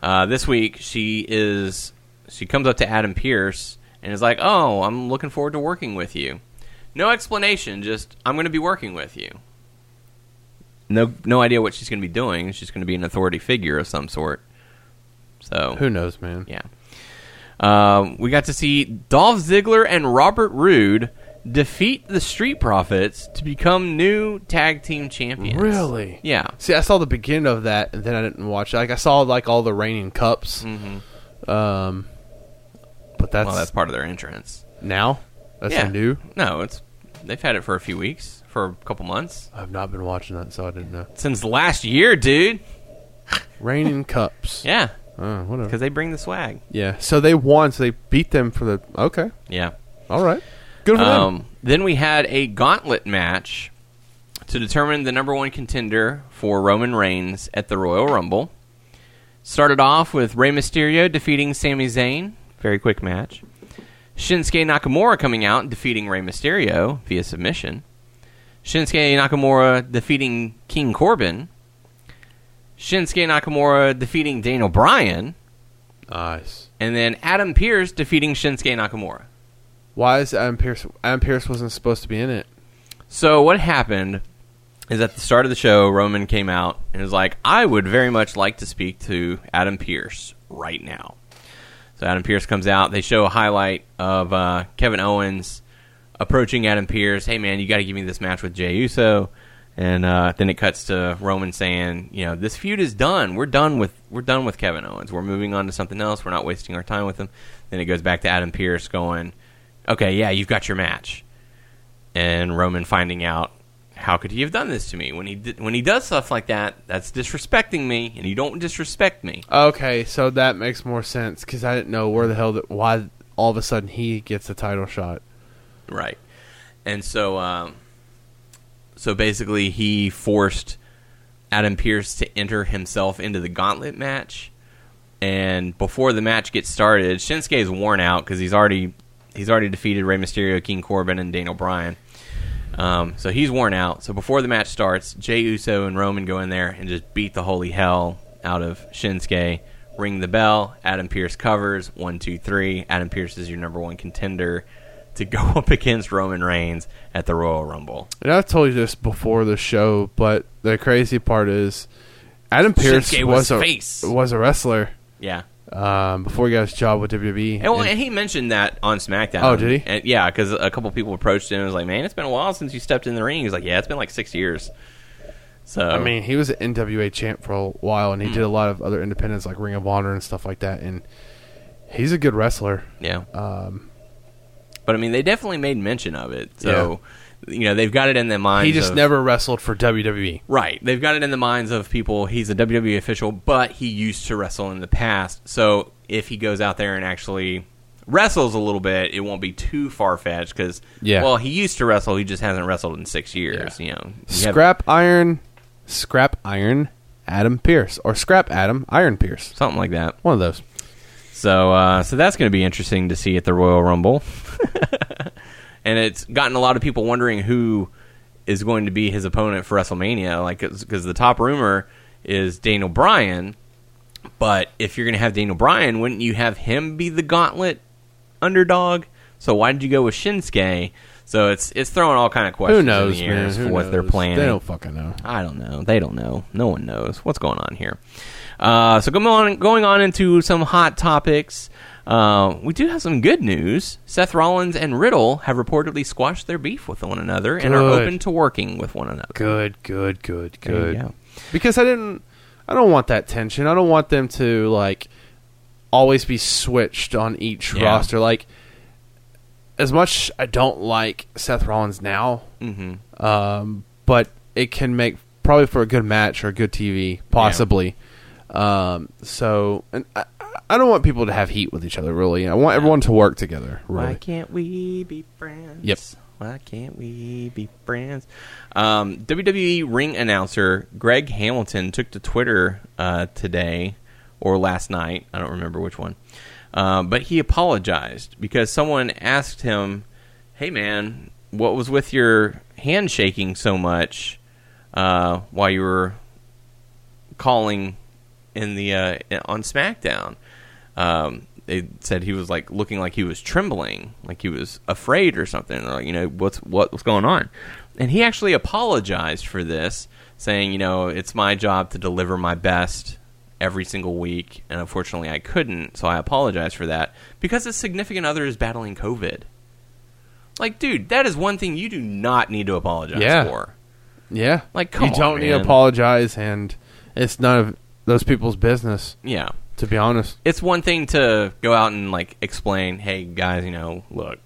Uh, this week she is she comes up to Adam Pierce and is like, "Oh, I'm looking forward to working with you." No explanation, just I'm going to be working with you. No, no idea what she's going to be doing. She's going to be an authority figure of some sort. So
Who knows, man?
yeah. Um, we got to see Dolph Ziggler and Robert Roode defeat the Street Profits to become new tag team champions.
Really?
Yeah.
See, I saw the beginning of that, and then I didn't watch. it. Like I saw like all the raining cups. Um, but that's,
Mm-hmm. well, that's part of their entrance.
now. That's
yeah.
new.
No, it's they've had it for a few weeks, for a couple months
I've not been watching that, so I didn't know.
since last year, dude.
Raining cups.
Yeah,
Oh, whatever.
because they bring the swag.
Yeah. So they won. So they beat them for the. Okay.
Yeah.
All right. Good for them.
Um, then we had a gauntlet match to determine the number one contender for Roman Reigns at the Royal Rumble. Started off with Rey Mysterio defeating Sami Zayn. Very quick match. Shinsuke Nakamura coming out and defeating Rey Mysterio via submission. Shinsuke Nakamura defeating King Corbin. Shinsuke Nakamura defeating Daniel Bryan.
Nice.
And then Adam Pierce defeating Shinsuke Nakamura.
Why is Adam Pierce? Adam Pierce wasn't supposed to be in it.
So what happened is at the start of the show, Roman came out and was like, "I would very much like to speak to Adam Pierce right now." So Adam Pierce comes out. They show a highlight of uh, Kevin Owens approaching Adam Pierce. Hey man, you got to give me this match with Jey Uso. And uh, then it cuts to Roman saying, "You know, this feud is done. We're done with we're done with Kevin Owens. We're moving on to something else. We're not wasting our time with him." Then it goes back to Adam Pierce going, "Okay, yeah, you've got your match." and Roman finding out how could he have done this to me when he did, when he does stuff like that that's disrespecting me and you don't disrespect me
Okay, so that makes more sense because I didn't know where the hell that why all of a sudden he gets a title shot.
right and so um, so basically he forced Adam Pierce to enter himself into the gauntlet match and before the match gets started Shinsuke is worn out because he's already he's already defeated Rey Mysterio King Corbin and Daniel Bryan Um, so he's worn out. So before the match starts, Jey Uso and Roman go in there and just beat the holy hell out of Shinsuke. Ring the bell. Adam Pierce covers. One, two, three. Adam Pierce is your number one contender to go up against Roman Reigns at the Royal Rumble.
And I've told you this before the show, but the crazy part is Adam Pierce
Shinsuke was
was, a
face.
was a wrestler
Yeah.
um, before he got his job with WWE.
And, well,
And-
and he mentioned that on SmackDown.
Oh, did he?
And, yeah, because a couple people approached him and was like, man, it's been a while since you stepped in the ring. He was like, yeah, it's been like six years. So
I mean, he was an NWA champ for a while, and he did a lot of other independents like Ring of Honor and stuff like that. And he's a good wrestler.
Yeah. Um, but I mean, they definitely made mention of it. So, you know, they've got it in their minds.
He just
of-
never wrestled for E. WWE.
Right. They've got it in the minds of people. He's a E WWE official, but he used to wrestle in the past. So if he goes out there and actually wrestles a little bit, it won't be too far fetched because
Yeah.
well, he used to wrestle, he just hasn't wrestled in six years. You know, You have-
Scrap Iron, Scrap Iron, Adam Pierce, or Scrap Adam, Iron Pierce.
something like that.
One of those.
So uh, so that's going to be interesting to see at the Royal Rumble. and it's gotten a lot of people wondering who is going to be his opponent for WrestleMania like cuz the top rumor is Daniel Bryan, but if you're going to have Daniel Bryan, wouldn't you have him be the gauntlet underdog? So why did you go with Shinsuke? So it's it's throwing all kind of questions
Who knows,
in the air
man?
as
Who
for what they're
knows?
planning.
They don't fucking know.
I don't know. They don't know. No one knows what's going on here. Uh, so going on, going on into some hot topics. Uh, we do have some good news. Seth Rollins and Riddle have reportedly squashed their beef with one another and are
Good.
open to working with one another.
Good, good, good,
There you go.
Because I didn't. I don't want that tension. I don't want them to like always be switched on each
Yeah.
roster. Like as much I don't like Seth Rollins now,
Mhm.
um, but it can make probably for a good match or a good TV, possibly. Um, so, and I, I don't want people to have heat with each other. Really, I want everyone to work together.
Why
Really,
can't we be friends?
Yep.
Why can't we be friends? Um, WWE ring announcer Greg Hamilton took to Twitter uh, today or last night. I don't remember which one. Uh, but he apologized because someone asked him, Hey, man, what was with your hand shaking so much uh, while you were calling in the uh, on SmackDown. Um, they said he was like looking like he was trembling, like he was afraid or something. They're like, you know, what's what, what's going on? And he actually apologized for this, saying, you know, it's my job to deliver my best every single week, and unfortunately, I couldn't, so I apologize for that because his significant other is battling COVID. Like, dude, that is one thing you do not need to apologize
Yeah.
for.
yeah.
Like, come
you don't
on,
need to
man.
apologize, and it's none of those people's business.
Yeah.
To be honest,
it's one thing to go out and like explain, hey guys, you know, look,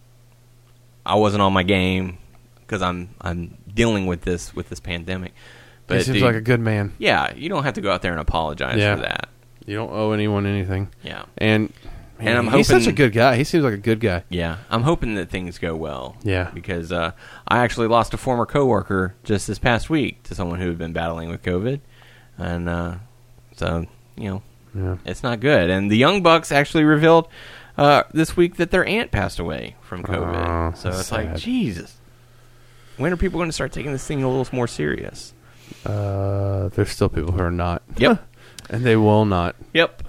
I wasn't on my game because I'm I'm dealing with this with this pandemic. But
he seems
dude,
like a good man.
yeah, you don't have to go out there and apologize
Yeah.
for that.
You don't owe anyone anything.
Yeah,
And man,
And I'm
he's
hoping-
such a good guy. He seems like a good guy.
yeah. I'm hoping that things go well.
Yeah.
because uh, I actually lost a former coworker just this past week to someone who had been battling with COVID, and uh, so you know,
Yeah.
it's not good. And the Young Bucks actually revealed uh, this week that their aunt passed away from COVID.
Oh,
so it's like,
sad.
Jesus. When are people going to start taking this thing a little more serious?
Uh, there's still people who are not.
Yep.
and they will not.
Yep.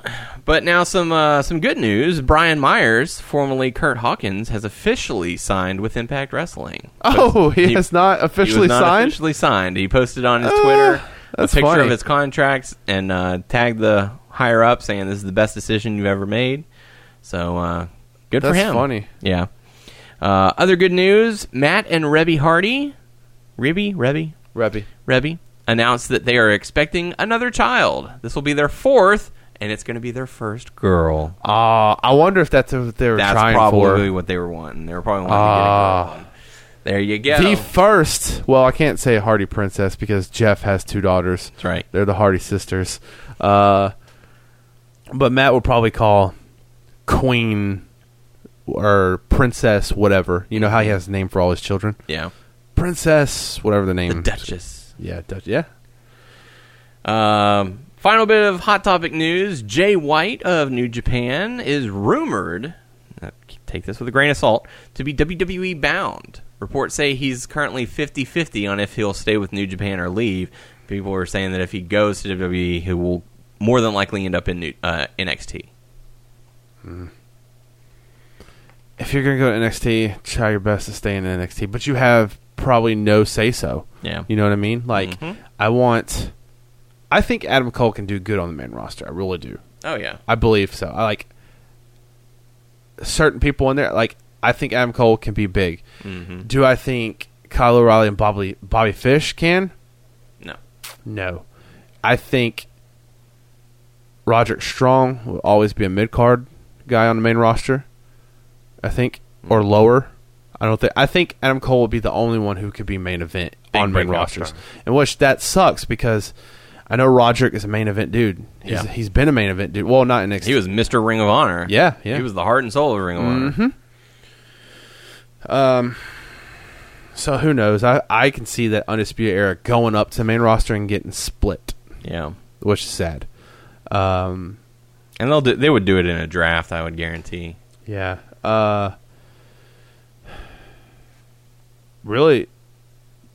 But now some uh, some good news. Brian Myers, formerly Kurt Hawkins, has officially signed with Impact Wrestling.
Oh, he, has not
He was
officially
not
signed.
officially signed. He posted on his
Ah,
Twitter a
that's
picture of
funny.
his contracts and uh, tagged the higher up saying this is the best decision you've ever made. So uh, good for
That's
him.
funny.
Yeah. Uh, other good news: Matt and Rebby Hardy, Rebby, Rebby,
Rebby.
Rebby announced that they are expecting another child. This will be their fourth, and it's going to be their first girl.
Uh, I wonder if that's what they were
That's
trying
probably
for.
what they were wanting. They were probably wanting to get a
Ah.
girl. There you go.
The first, well, I can't say Hardy Princess because Jeff has two daughters.
That's right.
They're the Hardy sisters. Uh, but Matt will probably call Queen or Princess, whatever. You know how he has a name for all his children?
Yeah.
Princess, whatever the name.
Duchess.
Yeah, Dutch. Yeah.
Um, final bit of hot topic news: Jay White of New Japan is rumored. uh, Take this with a grain of salt to be WWE bound. Reports say he's currently 50 50 on if he'll stay with New Japan or leave. People are saying that if he goes to WWE, he will more than likely end up in new, uh, NXT.
If you're gonna go to NXT, try your best to stay in NXT, but you have probably no say so.
Yeah.
You know what I mean? Like,
Mhm.
I want. I think Adam Cole can do good on the main roster. I really do.
Oh, yeah.
I believe so. I like certain people in there. Like I think Adam Cole can be big.
Mm-hmm.
Do I think Kyle O'Reilly and Bobby Bobby Fish can?
No.
No. I think Roderick Strong will always be a mid card guy on the main roster. I think or
Mm-hmm.
lower. I don't think. I think Adam Cole will be the only one who could be main event
Big
on main
breakout
rosters,
star.
and which that sucks because I know Roderick is a main event dude. He's,
Yeah.
he's been a main event dude. Well, not in NXT.
He was Mr. Ring of Honor.
Yeah, yeah. Mm-hmm.
He was the heart and soul of Ring of Honor.
so who knows? I, I can see that Undisputed Era going up to main roster and getting split,
Yeah.
which is sad. Um,
And they'll do, they would do it in a draft, I would guarantee.
yeah. Uh, really,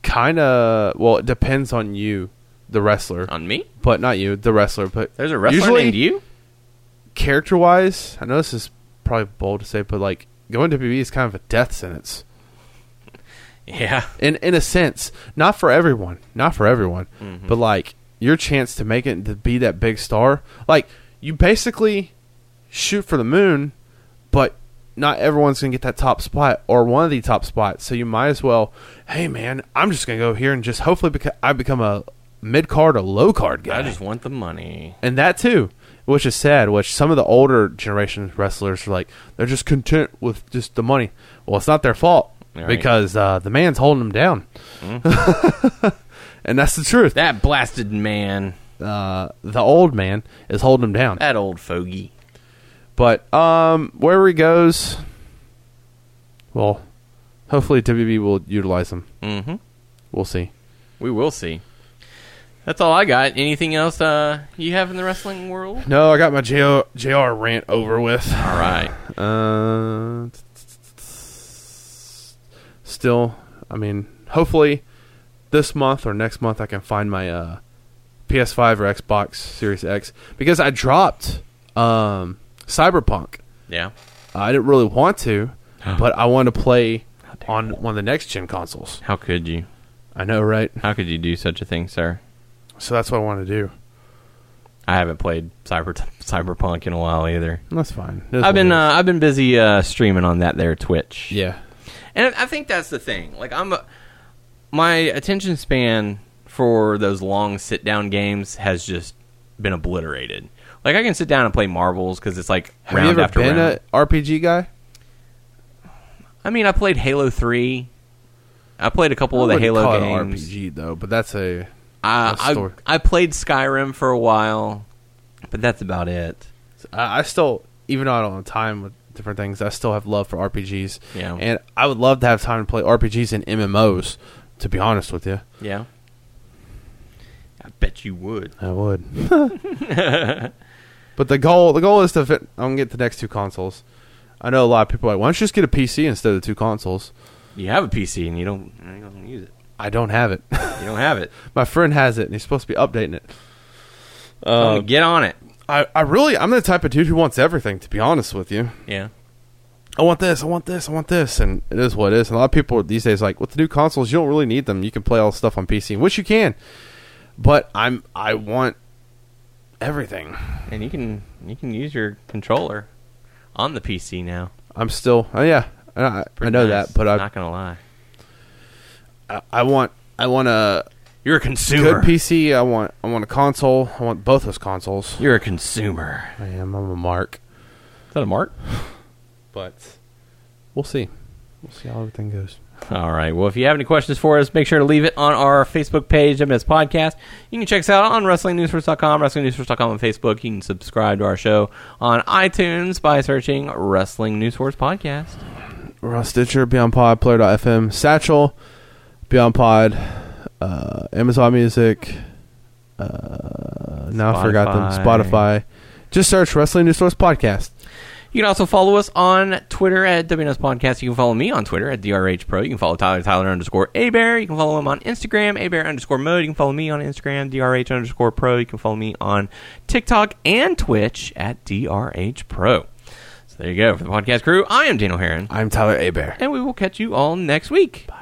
kind of. Well, it depends on you, the wrestler,
On me?
but not you, the wrestler. But
There's a wrestler
usually,
named you?
character wise, I know this is probably bold to say, but like going to WWE is kind of a death sentence.
Yeah.
In in a sense, not for everyone, not for everyone,
Mm-hmm.
but like your chance to make it to be that big star, like you basically shoot for the moon, but not everyone's gonna get that top spot or one of the top spots. So you might as well, hey man, I'm just gonna go here and just hopefully beca- I become a mid card or low card guy
I just want the money.
and that too, which is sad. Which some of the older generation wrestlers are like, they're just content with just the money. Well, it's not their fault
Right.
because uh, the man's holding them down, and that's the truth.
Mm-hmm. That blasted man.
Uh, the old man is holding them down.
That old fogey.
But um, wherever he goes, well, hopefully WWE will utilize him.
Mhm.
We'll see.
We will see. That's all I got. Anything else uh, you have in the wrestling world?
No, I got my JR, JR rant over with.
All right.
Uh, still, I mean, hopefully this month or next month I can find my uh, PS5 or Xbox Series X because I dropped um, Cyberpunk.
Yeah.
I didn't really want to, but I wanted to play on one of the next gen consoles.
How could you?
I know, right?
How could you do such a thing, sir?
So that's what I want to do.
I haven't played Cyber Cyberpunk in a while either.
That's fine.
I've been uh, I've been busy uh, streaming on that there Twitch.
yeah,
And I think that's the thing. Like I'm a, my attention span for those long sit down games has just been obliterated. Like I can sit down and play marbles because it's like
have
round
you ever
after
been
round.
a RPG guy?
I mean, I played Halo Three. I played a couple of
I
the
wouldn't
Halo
call it
games.
RPG though, but that's a
I,
That's story.
I I played Skyrim for a while, but that's about it.
I, I still, even though I don't have time with different things, I still have love for RPGs.
Yeah.
And I would love to have time to play RPGs and MMOs, to be honest with you.
Yeah. I bet you would.
I would. but the goal the goal is to fit, I'm going to get the next two consoles. I know a lot of people are like, why don't you just get a PC instead of two consoles?
You have a PC and you don't you don't use it.
I don't have it.
You don't have it.
My friend has it, and he's supposed to be updating it.
Oh, get on it.
I, I really, I'm the type of dude who wants everything, to be honest with you.
Yeah.
I want this, I want this, I want this, and it is what it is. And a lot of people these days are like with the new consoles, you don't really need them. You can play all the stuff on PC, which you can. But I'm I want everything.
And you can you can use your controller on the PC now.
I'm still oh yeah, I, I- I
Pretty
know
nice.
that, but I,
not gonna lie.
I I want I want a
You're a
good
consumer.
PC. I want I want a console. I want both those consoles.
You're a consumer.
I am I'm a mark,
Is that a mark?
but we'll see. We'll see how everything goes.
All right. Well, if you have any questions for us, make sure to leave it on our Facebook page, MS Podcast. You can check us out on WrestlingNewsFirst.com, WrestlingNewsFirst.com on Facebook. You can subscribe to our show on iTunes by searching Wrestling News Force Podcast.
We're on Stitcher, Beyond Pod, Player.fm, Satchel, Beyond Pod, uh, Amazon Music. Uh, now I forgot them.
Spotify.
Spotify. Just search Wrestling News Source Podcast.
You can also follow us on Twitter at WNS Podcast. You can follow me on Twitter at DRH Pro. You can follow Tyler, Tyler underscore Abear. You can follow him on Instagram, Abear underscore mode. You can follow me on Instagram, DRH underscore pro. You can follow me on TikTok and Twitch at DRH Pro. So there you go. For the podcast crew, I am Daniel Heron,
I'm Tyler Abear.
and we will catch you all next week. Bye.